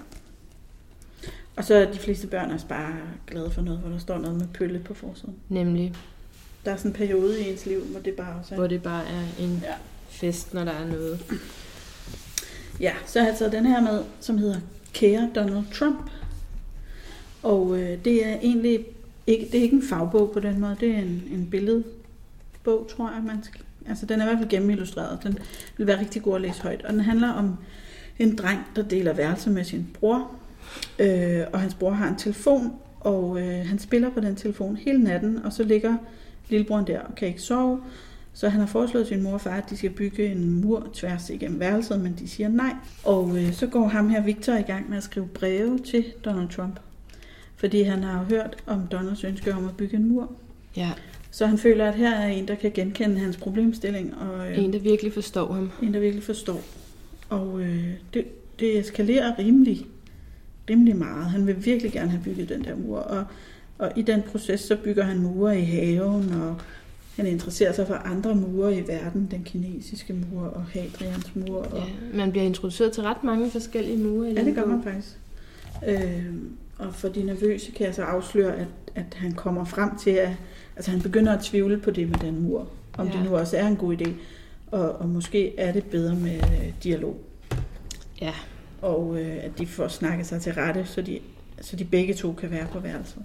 A: Og så er de fleste børn også bare glade for noget, hvor der står noget med pølle på forsiden.
D: Nemlig,
A: Der er sådan en periode i ens liv, hvor det bare også
D: hvor
A: er...
D: det bare er en
A: Ja.
D: fest, når der er noget.
A: Ja, så har jeg taget den her med, som hedder Kære Donald Trump. Og øh, det er egentlig ikke, det er ikke en fagbog på den måde, det er en, en billedbog, tror jeg, man skal... Altså, den er i hvert fald gennemillustreret. Den vil være rigtig god at læse højt. Og den handler om en dreng, der deler værelse med sin bror. Øh, og hans bror har en telefon, og øh, han spiller på den telefon hele natten, og så ligger lillebroren der og kan ikke sove. Så han har foreslået sin mor og far, at de skal bygge en mur tværs igennem værelset, men de siger nej. Og øh, så går ham her Victor i gang med at skrive breve til Donald Trump. Fordi han har jo hørt om Donalds ønske om at bygge en mur.
D: Ja,
A: Så han føler, at her er en, der kan genkende hans problemstilling, og øh,
D: en, der virkelig forstår ham.
A: en, der virkelig forstår. Og øh, det, det eskalerer rimelig, rimelig meget. Han vil virkelig gerne have bygget den der mur. Og, og i den proces, så bygger han mure i haven, og han interesserer sig for andre mure i verden. Den kinesiske mur og Hadrians mur. Og,
D: Ja. Man bliver introduceret til ret mange forskellige murer. i
A: Ja, det
D: den
A: gør
D: bog.
A: man faktisk. Øh, og for de nervøse kan jeg så afsløre, at, at han kommer frem til, at altså, han begynder at tvivle på det med den mur. Om ja.
D: Ja.
A: det nu også er en god idé. Og, og måske er det bedre med øh, dialog.
D: Ja.
A: Og øh, at de får snakket sig til rette, så de, så de begge to kan være på værelset.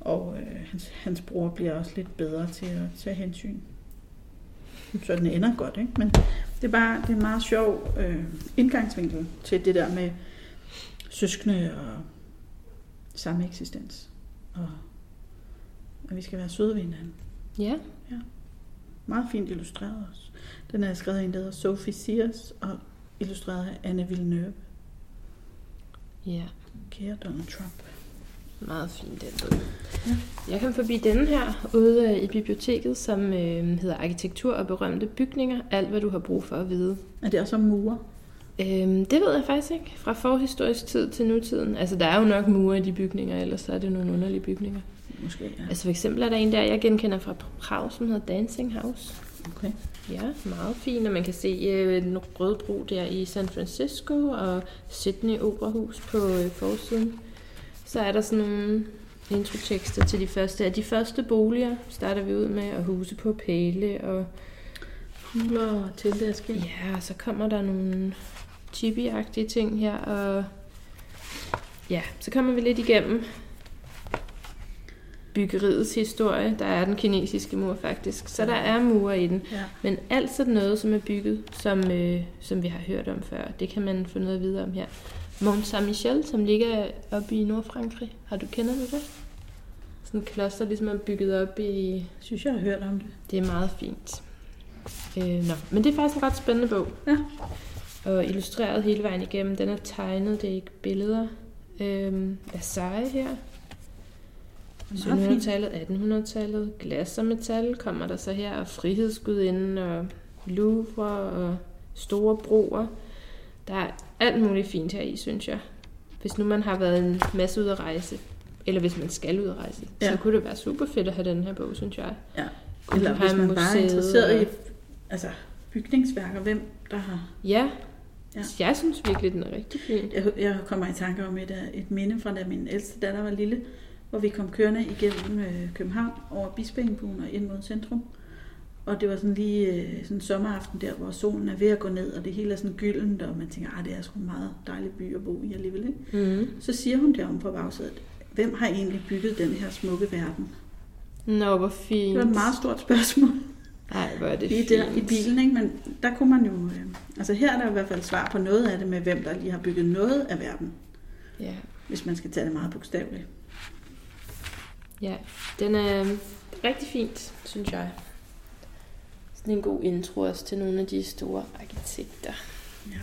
A: Og øh, hans, hans bror bliver også lidt bedre til at tage hensyn. Så den ender godt, ikke? Men det er bare det er en meget sjov øh, indgangsvinkel til det der med søskende og samme eksistens. Og at vi skal være søde ved hinanden.
D: Ja,
A: Meget fint illustreret også. Den er skrevet af en, der hedder Sophie Sears og illustreret af Anne Villeneuve.
D: ja.
A: Kære Donald Trump.
D: Meget fin den bog. Ja. Jeg kom forbi denne her ude øh, i biblioteket, som øh, hedder Arkitektur og berømte bygninger. Alt, hvad du har brug for at vide.
A: Er det også om murer?
D: Øhm, det ved jeg faktisk ikke. Fra forhistorisk tid til nutiden. Altså, der er jo nok mure i de bygninger, ellers så er det nogle underlige bygninger.
A: Måske, ja.
D: Altså, for eksempel er der en der, jeg genkender fra Prag, som hedder Dancing House.
A: Okay.
D: Ja, meget fin, og man kan se øh, den røde bro der i San Francisco og Sydney Operahus på øh, forsiden. Så er der sådan nogle introtekster til de første af de første boliger, starter vi ud med, og huse på pæle, og
A: Huler og teltaske. Ja.
D: ja, og så kommer der nogle chibi-agtige ting her, og ja, så kommer vi lidt igennem byggeriets historie. Der er den kinesiske mur faktisk, så der er mure i den.
A: ja.
D: Men alt sådan noget, som er bygget, som, øh, som vi har hørt om før, det kan man få noget at vide om her. Mont Saint-Michel, som ligger oppe i Nordfrankrig. Har du kender du det? Sådan et kloster, ligesom er bygget op i...
A: Synes jeg har hørt om det.
D: Det er meget fint. Øh, nå. Men det er faktisk en ret spændende bog.
A: Ja.
D: Og illustreret hele vejen igennem. Den er tegnet, det er ikke billeder. Øh, Versailles her.
A: Meget fint.
D: 1700-tallet, 1800-tallet, glas og metal kommer der så her, og frihedsgudinden, og Louvre, og store broer. Der er alt muligt fint her i, synes jeg. Hvis nu man har været en masse ud at rejse, eller hvis man skal ud at rejse, ja.
A: Ja.
D: så kunne det være super fedt at have den her bog, synes jeg.
A: Ja.
D: Kunne
A: Eller
D: du
A: hvis
D: have
A: man bare er
D: museet,
A: interesseret i
D: og-
A: altså, bygningsværker, hvem der har
D: Ja.
A: Ja.
D: ja. Jeg synes virkelig, den er rigtig fin.
A: Jeg, jeg kommer i tanke om et, øh, et minde fra da min ældste datter var lille, hvor vi kom kørende igennem øh, København over Bispeengbuen og ind mod centrum. Og det var sådan lige øh, sådan en sommeraften der, hvor solen er ved at gå ned, og det hele er sådan gyldent, og man tænker, at det er sgu en meget dejlig by at bo i alligevel. Ikke?
D: Mm.
A: Så siger hun derom på bagsædet, hvem har egentlig bygget den her smukke verden?
D: Nå, hvor
A: Det
D: fint.
A: var et meget stort spørgsmål
D: Ej, hvor er det
A: lige
D: fint.
A: der i bilen, ikke? men der kunne man jo... Øh, altså her er der i hvert fald svar på noget af det med, hvem der lige har bygget noget af verden,
D: Ja.
A: hvis man skal tage det meget bogstaveligt.
D: Ja, den er rigtig fint, synes jeg. Sådan en god intro også til nogle af de store arkitekter.
A: Ja.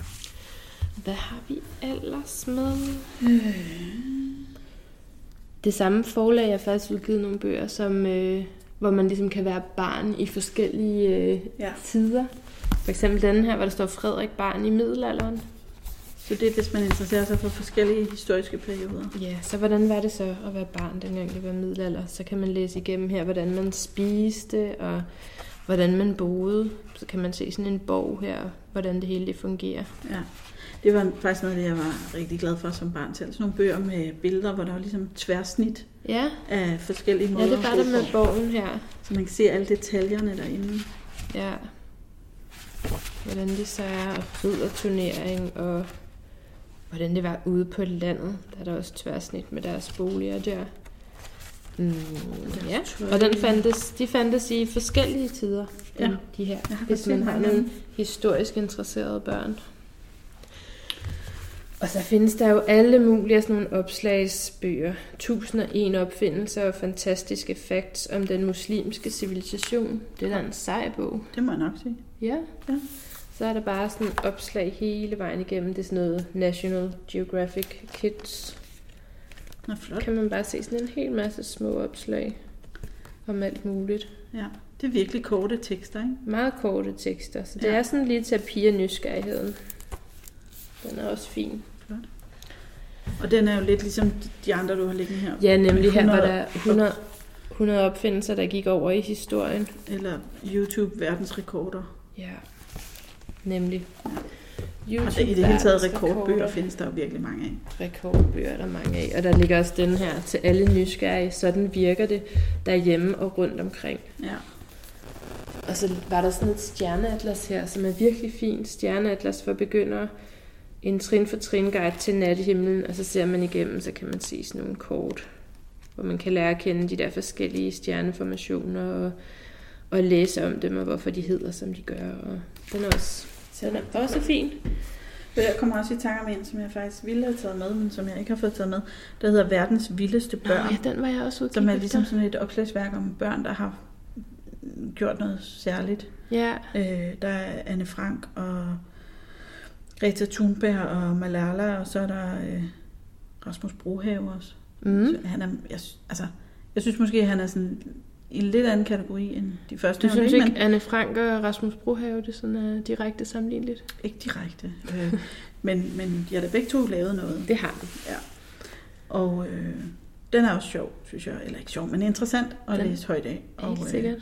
D: Hvad har vi ellers med?
A: Øh.
D: Det samme forlag har faktisk udgivet nogle bøger, som, øh, hvor man ligesom kan være barn i forskellige øh,
A: Ja.
D: tider. For eksempel denne her, hvor der står Frederik Barn i middelalderen.
A: Så det er, hvis man interesserer sig for forskellige historiske perioder.
D: Ja, så hvordan var det så at være barn, dengang det var middelalder? Så kan man læse igennem her, hvordan man spiste, og hvordan man boede. Så kan man se sådan en borg her, og hvordan det hele det fungerer.
A: Ja. Det var faktisk noget, af det, jeg var rigtig glad for som barn selv. Sådan nogle bøger med billeder, hvor der var ligesom tværsnit
D: Ja,
A: af forskellige måder.
D: ja det var
A: at
D: der
A: bo
D: med
A: på.
D: borgen her.
A: Så man kan se alle detaljerne derinde.
D: Ja. Hvordan det så er, og ridderturnering, og hvordan det var ude på landet. Der er der også tværsnit med deres boliger der. Mm,
A: Altså,
D: ja, og den fandtes, de fandtes i forskellige tider,
A: Ja.
D: ja. de her,
A: Jeg har
D: hvis
A: faktisk
D: man
A: set
D: har
A: mange af
D: nogle
A: dem.
D: historisk interesserede børn. Og så findes der jo alle mulige sådan nogle opslagsbøger. 1001 opfindelser og fantastiske facts om den muslimske civilisation. Det er da en sej bog.
A: Det må jeg nok sige.
D: Ja.
A: Ja.
D: Så er der bare sådan et opslag hele vejen igennem. Det er sådan noget National Geographic Kids.
A: Nå, flot.
D: Kan man bare se sådan en hel masse små opslag om alt muligt.
A: Ja. Det er virkelig korte tekster, ikke?
D: Meget korte tekster, så det
A: Ja.
D: ja. er sådan lige til at pige nysgerrigheden. Den er også fin.
A: Og den er jo lidt ligesom de andre, du har liggende her.
D: Ja, nemlig her var
A: 100
D: der 100, 100 opfindelser, der gik over i historien.
A: Eller YouTube-verdensrekorder.
D: Ja, nemlig.
A: Og der- Altså, i det hele taget
D: verdensrekorder.
A: rekordbøger findes der jo virkelig mange af.
D: altså Rekordbøger er der mange af, og der ligger også den her til alle nysgerrige. Sådan virker det derhjemme og rundt omkring.
A: Ja.
D: Og så Altså, var der sådan et stjerneatlas her, som er virkelig fint. Stjerneatlas for begyndere. En trin for trin guide til nattehimlen, og så ser man igennem, så kan man se sådan nogle kort, hvor man kan lære at kende de der forskellige stjerneformationer og, og læse om dem, og hvorfor de hedder, som de gør. Og den er også, så den er også fin.
A: Og Øh, Jeg kommer også i tanke om en, som jeg faktisk ville have taget med, men som jeg ikke har fået taget med, der hedder Verdens Vildeste
D: Nå,
A: Børn,
D: ja, den var jeg også udkig
A: som er
D: efter.
A: ligesom sådan et opslagsværk om børn, der har mm, gjort noget særligt.
D: Ja,
A: Øh, der er Anne Frank og Greta Thunberg og Malala, og så er der øh, Rasmus Brohave også.
D: mm.
A: Så han er, jeg, sy- altså, jeg synes måske, at han er sådan i en lidt anden kategori end de første.
D: Du
A: han
D: synes
A: ikke,
D: ikke, Anne Frank og Rasmus Brohave, det sådan er direkte sammenligneligt?
A: Men, ikke direkte. Øh, men, men de har da begge to lavet noget.
D: Det har vi.
A: Og øh, den er også sjov, synes jeg. Eller ikke sjov, men interessant at
D: Den-
A: læse højt af. Og, øh,
D: Helt sikkert.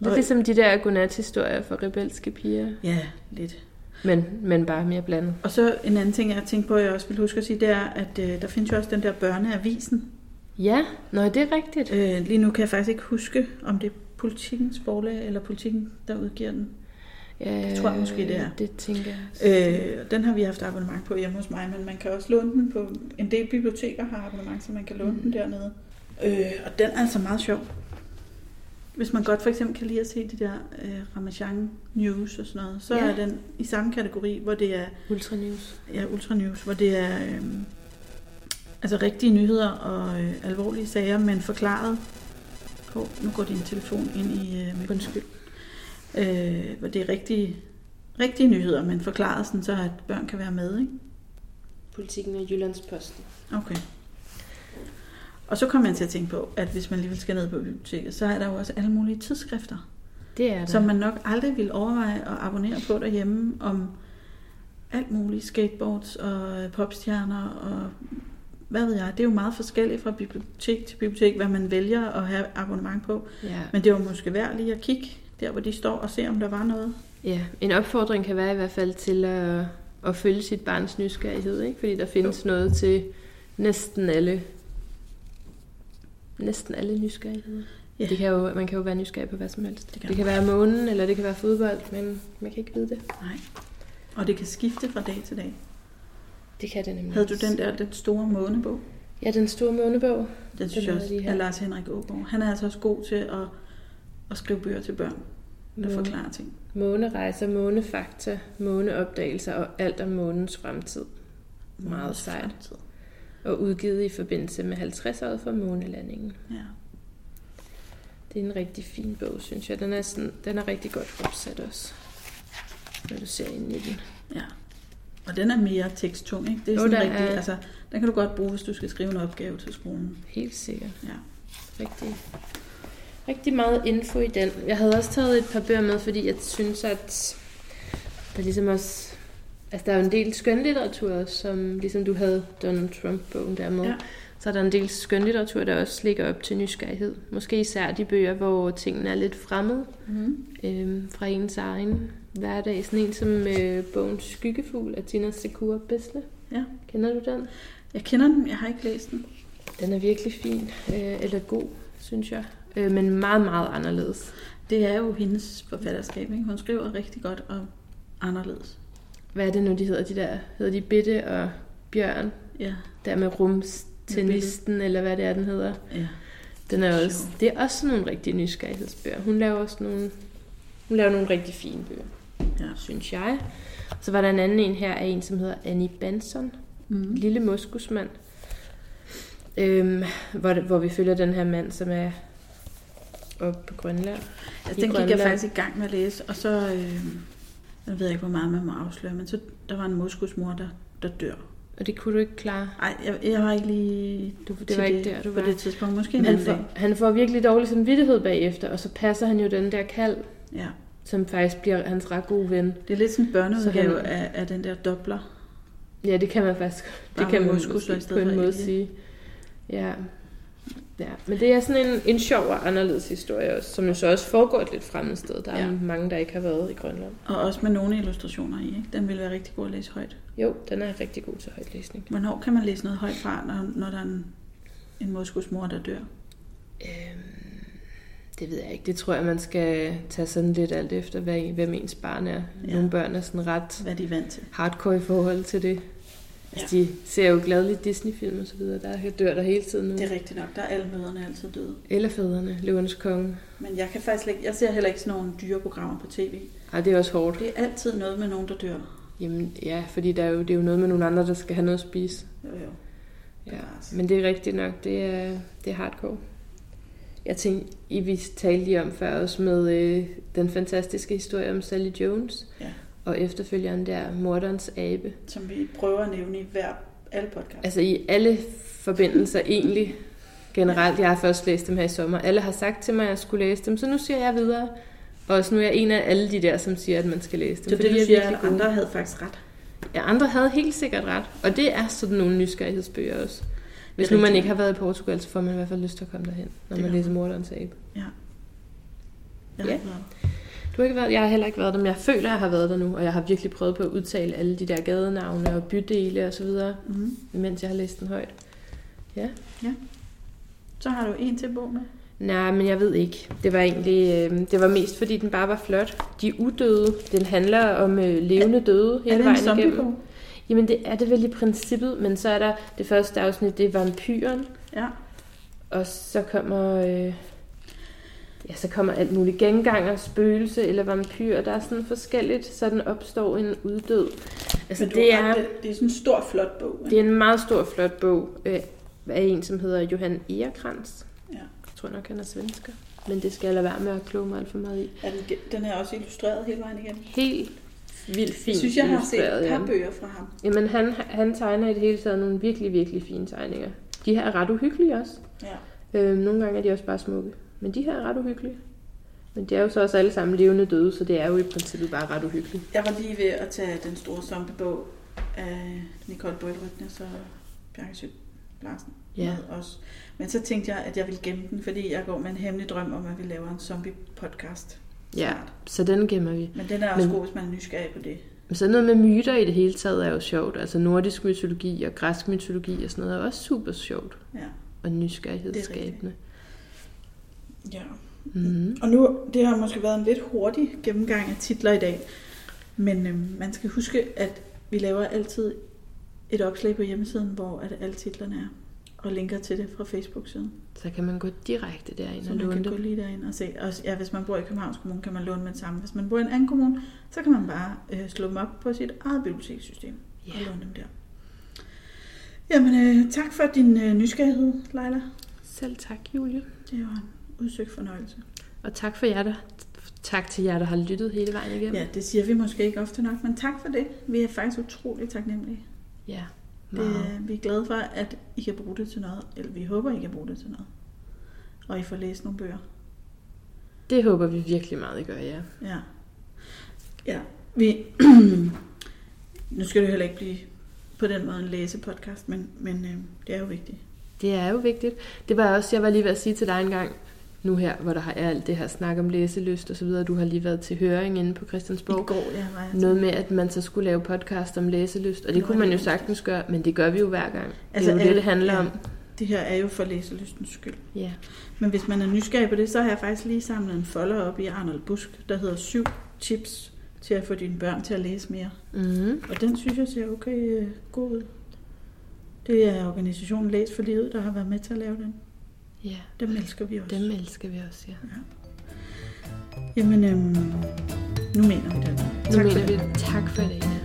A: og-
D: Lidt ligesom de der godnat-historier for rebelske piger,
A: Øh, ja, lidt.
D: men, men bare mere blandet.
A: Og så en anden ting, jeg tænkte på, jeg også vil huske at sige, det er, at øh, der findes jo også den der børneavisen,
D: Ja, nå, det er rigtigt.
A: Øh, lige nu kan jeg faktisk ikke huske, om det er politikens forlag eller politikken, der udgiver den.
D: Ja,
A: det tror jeg måske, det er.
D: Det tænker jeg. også.
A: Øh, den har vi haft abonnement på hjemme hos mig, men man kan også låne den på... En del biblioteker har abonnement, så man kan låne mm. den dernede. Øh, og den er altså meget sjov. Hvis man godt for eksempel kan lide at se de der øh, Ramachan News og sådan noget, så ja.
D: Ja.
A: er den i samme kategori, hvor det er
D: Ultra News.
A: ja, Ultra News, hvor det er øh, altså rigtige nyheder og øh, alvorlige sager, men forklaret på, nu går din telefon ind i øh, Undskyld. Øh, hvor det er rigtige, rigtige nyheder, men forklaret sådan, så at børn kan være med, ikke?
D: Politikken og Jyllandsposten.
A: Okay. Og så kom jeg til at tænke på, at hvis man alligevel skal ned på biblioteket, så er der jo også alle mulige tidsskrifter,
D: Det er
A: ja.
D: det.
A: som man nok aldrig ville overveje at abonnere på derhjemme, om alt muligt, skateboards og popstjerner og hvad ved jeg. Det er jo meget forskelligt fra bibliotek til bibliotek, hvad man vælger at have abonnement på.
D: ja.
A: Men det var måske værd lige at kigge der, hvor de står og se, om der var noget.
D: ja, en opfordring kan være i hvert fald til at, at følge sit barns nysgerrighed, ikke? fordi der findes jo. noget til næsten alle næsten alle nysgerrigheder.
A: Ja.
D: Ja. Det kan jo, man kan jo være nysgerrig på hvad som helst.
A: Det
D: Det
A: kan
D: kan, det kan være månen, eller det kan være fodbold, men man kan ikke vide det.
A: Nej. Og det kan skifte fra dag til dag.
D: Det kan det nemlig.
A: Havde du
D: også.
A: den der den store månebog?
D: Ja, den store månebog.
A: Den synes jeg
D: Den havde
A: også
D: de her.
A: er Lars Henrik Ågaard. Han er altså også god til at, at skrive bøger til børn, der
D: Måne-
A: forklarer ting.
D: Månerejser, månefakta, måneopdagelser og alt om månens fremtid. Meget sejt. Og udgivet i forbindelse med 50-året for månelandingen.
A: Ja.
D: Det er en rigtig fin bog, synes jeg. Den er, sådan, den er rigtig godt opsat også, når du ser ind i den.
A: Ja. Og den er mere teksttung, ikke? Det er
D: Jo,
A: sådan
D: der
A: rigtig,
D: er-
A: altså, den kan du godt bruge, hvis du skal skrive en opgave til skolen.
D: Helt sikkert.
A: Ja.
D: Rigtig, rigtig meget info i den. Jeg havde også taget et par bøger med, fordi jeg synes, at der ligesom også Altså, der er jo en del skønlitteratur også, som ligesom du havde Donald Trump-bogen der med.
A: Ja.
D: Ja. Så er der en del skønlitteratur, der også ligger op til nysgerrighed. Måske især de bøger, hvor tingene er lidt fremmede
A: Mm.
D: øh, fra ens egen hverdag. Sådan en som øh, bogen Skyggefugl af Tina Sekura Besle.
A: Ja.
D: Kender du den?
A: Jeg kender den, jeg har ikke læst den.
D: Den er virkelig fin, øh, eller god, synes jeg. Øh, men meget, meget anderledes.
A: Det er jo hendes forfatterskab, ikke? Hun skriver rigtig godt og anderledes.
D: Hvad er det nu, de hedder? De der, hedder de Bitte og Bjørn?
A: Ja,
D: Der med rumstenisten, eller hvad det er, den hedder.
A: ja.
D: Den er også,
A: Sjov.
D: det er også sådan nogle rigtige nysgerrighedsbøger. Hun laver også nogle, hun laver nogle rigtig fine bøger,
A: Ja.
D: synes jeg. Så var der en anden en her af en, som hedder Annie Benson.
A: Mm.
D: Lille moskusmand. Øhm, hvor, hvor vi følger den her mand, som er oppe på Grønland.
A: Altså,
D: I
A: den gik jeg
D: Grønland.
A: faktisk i gang med at læse, og så, øh, jeg ved ikke, hvor meget man må afsløre, men så der var en moskusmor, der, der dør.
D: Og det kunne du ikke klare.
A: Nej, jeg, jeg var ikke lige
D: Du, det
A: til
D: var ikke der, du
A: på
D: var.
A: det tidspunkt. Måske en
D: Men han,
A: anden
D: får,
A: dag.
D: han får virkelig dårlig samvittighed bagefter, og så passer han jo den der kald,
A: Ja.
D: som faktisk bliver hans ret gode ven.
A: Det er lidt sådan en
D: Så
A: børneudgave
D: han-
A: af, af den der dobler.
D: Ja, det kan man faktisk.
A: Bare
D: det kan
A: med
D: man
A: muskler i
D: måske på
A: stedet
D: en
A: for
D: måde
A: alge.
D: sige. Ja. ja. Men det er sådan en, en sjov og anderledes historie også, som jo så også foregår et lidt fremmed sted. Der er
A: Ja.
D: ja. mange, der ikke har været i Grønland.
A: Og også med nogle illustrationer i. Ikke? Den ville være rigtig god at læse højt.
D: Jo, den er rigtig god til højtlæsning.
A: Hvornår kan man læse noget højt fra, når, når der er en, en moskusmor, der dør?
D: Øhm, det ved jeg ikke. Det tror jeg, man skal tage sådan lidt alt efter, hvad, hvem ens barn er.
A: Ja.
D: Ja. Nogle børn er sådan ret
A: Hvad er de vant til?
D: hardcore i forhold til det. Altså, de ser jo gladeligt Disney-film og så videre. Der dør der hele tiden nu.
A: Det er rigtigt nok. Der er alle møderne altid døde.
D: Eller fædrene, Løvens Konge.
A: Men jeg kan faktisk ikke, jeg ser heller ikke sådan nogle dyreprogrammer på tv.
D: Ej, det er også hårdt.
A: Det er altid noget med nogen, der dør.
D: Jamen ja, fordi der er jo, det er jo noget med nogle andre, der skal have noget at spise.
A: Jo, jo.
D: Ja.
A: Bevares.
D: Men det er rigtigt nok, det er, det er hardcore. Jeg tænkte, I vi talte lige om før også med øh, den fantastiske historie om Sally Jones.
A: Ja.
D: Og efterfølgeren der, Morderens Abe.
A: Som vi prøver at nævne i hver alle podcast.
D: Altså i alle forbindelser egentlig generelt. Jeg har først læst dem her i sommer. Alle har sagt til mig, at jeg skulle læse dem, så nu siger jeg videre. Og så nu er jeg en af alle de der, som siger, at man skal læse dem.
A: det er
D: fordi
A: det,
D: jeg
A: du
D: er
A: siger,
D: virkelig
A: at
D: gode.
A: andre havde faktisk ret.
D: Ja, andre havde helt sikkert ret. Og det er sådan nogle nysgerrighedsbøger også. Hvis
A: Det er
D: nu man
A: rigtigt.
D: ikke har været i Portugal, så får man i hvert fald lyst til at komme derhen, når
A: Det
D: man
A: gør
D: læser Morderens Abe.
A: Jeg
D: Ja.
A: har ret.
D: Du har ikke været, jeg har heller ikke været der, men jeg føler, at jeg har været der nu, og jeg har virkelig prøvet på at udtale alle de der gadenavne og bydele og så videre,
A: Mm.
D: imens jeg har læst den højt.
A: Så har du en til bog med.
D: Nej, men jeg ved ikke. Det var egentlig, øh, det var mest fordi den bare var flot. De udøde, den handler om øh, levende døde
A: er
D: hele
A: det en
D: vejen igennem.
A: zombiebog?
D: Jamen det er det vel i princippet, men så er der det første afsnit, det er vampyren.
A: Ja.
D: Og så kommer, øh, ja, så kommer alt muligt genganger, spøgelse eller vampyr. Der er sådan forskelligt, så den opstår en uddød. Altså
A: Men du
D: det
A: har
D: er,
A: ret, det, det er sådan en stor, flot bog. ikke?
D: det er en meget stor, flot bog øh, af en, som hedder Johan Egerkrans.
A: Ja.
D: Jeg tror nok, han er svensker. Men det skal jeg lade være med at kloge mig alt for meget i.
A: Er den, ge- den er også illustreret hele vejen igennem.
D: Helt vildt fint
A: Jeg synes, jeg har set
D: illustreret,
A: et
D: ja.
A: par bøger fra ham.
D: Jamen, han, han tegner i det hele taget nogle virkelig, virkelig fine tegninger. De her er ret uhyggelige også.
A: Ja.
D: Øhm, nogle gange er de også bare smukke. Men de her er ret uhyggelige. Men de er jo så også alle sammen levende døde, så det er jo i princippet bare ret uhyggeligt.
A: Jeg var lige ved at tage den store zombiebog af Nicole Bøjlrytnes og Bjarke Sø Larsen
D: Ja.
A: med os. Men så tænkte jeg, at jeg ville gemme den, fordi jeg går med en hemmelig drøm om, at vi laver en zombie-podcast.
D: Ja,
A: snart.
D: så den gemmer vi.
A: Men den er også
D: Men-
A: god, hvis man er nysgerrig på det.
D: Men sådan noget med myter i det hele taget er jo sjovt. Altså nordisk mytologi og græsk mytologi og sådan noget er også super sjovt.
A: Ja.
D: Og nysgerrighedsskabende.
A: ja.
D: Mm-hmm.
A: Og nu, det har måske været en lidt hurtig gennemgang af titler i dag, men øhm, man skal huske, at vi laver altid et opslag på hjemmesiden, hvor at alle titlerne er, og linker til det fra Facebook-siden.
D: Så kan man gå direkte derind
A: Så
D: og
A: man
D: låne
A: kan gå
D: det.
A: lige derind og se. Og ja, hvis man bor i Københavns Kommune, kan man låne med det samme. Hvis man bor i en anden kommune, så kan man bare øh, slå dem op på sit eget bibliotekssystem
D: Ja.
A: og låne dem der. Jamen, øh, tak for din øh, nysgerrighed, Leila.
D: Selv tak, Julie.
A: Det var en udsøgt fornøjelse.
D: Og tak for jer, der... Tak til jer, der har lyttet hele vejen igennem.
A: Ja, det siger vi måske ikke ofte nok, men tak for det. Vi er faktisk utrolig taknemmelige.
D: ja. Meget.
A: Det, øh, vi er glade for, at I kan bruge det til noget, eller vi håber, I kan bruge det til noget. Og I får læst nogle bøger.
D: Det håber vi virkelig meget, I gør, ja.
A: Ja. Ja, vi, [clears throat] Nu skal det heller ikke blive på den måde en læsepodcast, men, men øh, det er jo vigtigt.
D: Det er jo vigtigt. Det var også, jeg var lige ved at sige til dig en gang, nu her, hvor der har er alt det her snak om læselyst og så videre. Du har lige været til høring inde på Christiansborg.
A: I går, ja, var jeg
D: Noget med, at man så skulle lave podcast om læselyst, og det
A: Nå,
D: kunne man
A: det
D: jo
A: er
D: sagtens gøre, men det gør vi jo hver gang. Altså,
A: Altså,
D: det er jo det,
A: alle-
D: det handler
A: ja.
D: om.
A: Det her er jo for læselystens skyld.
D: Ja.
A: Men hvis man er nysgerrig på det, så har jeg faktisk lige samlet en folder op i Arnold Busk, der hedder syv tips til at få dine børn til at læse mere.
D: Mm.
A: Og den synes jeg ser okay øh, god ud. Det er organisationen Læs for Livet, der har været med til at lave den.
D: ja,
A: Dem elsker vi også.
D: dem elsker vi også, ja.
A: Jamen, øhm, nu mener vi det. Tak
D: Nu tak
A: for
D: mener
A: det.
D: vi, tak for det, Ina.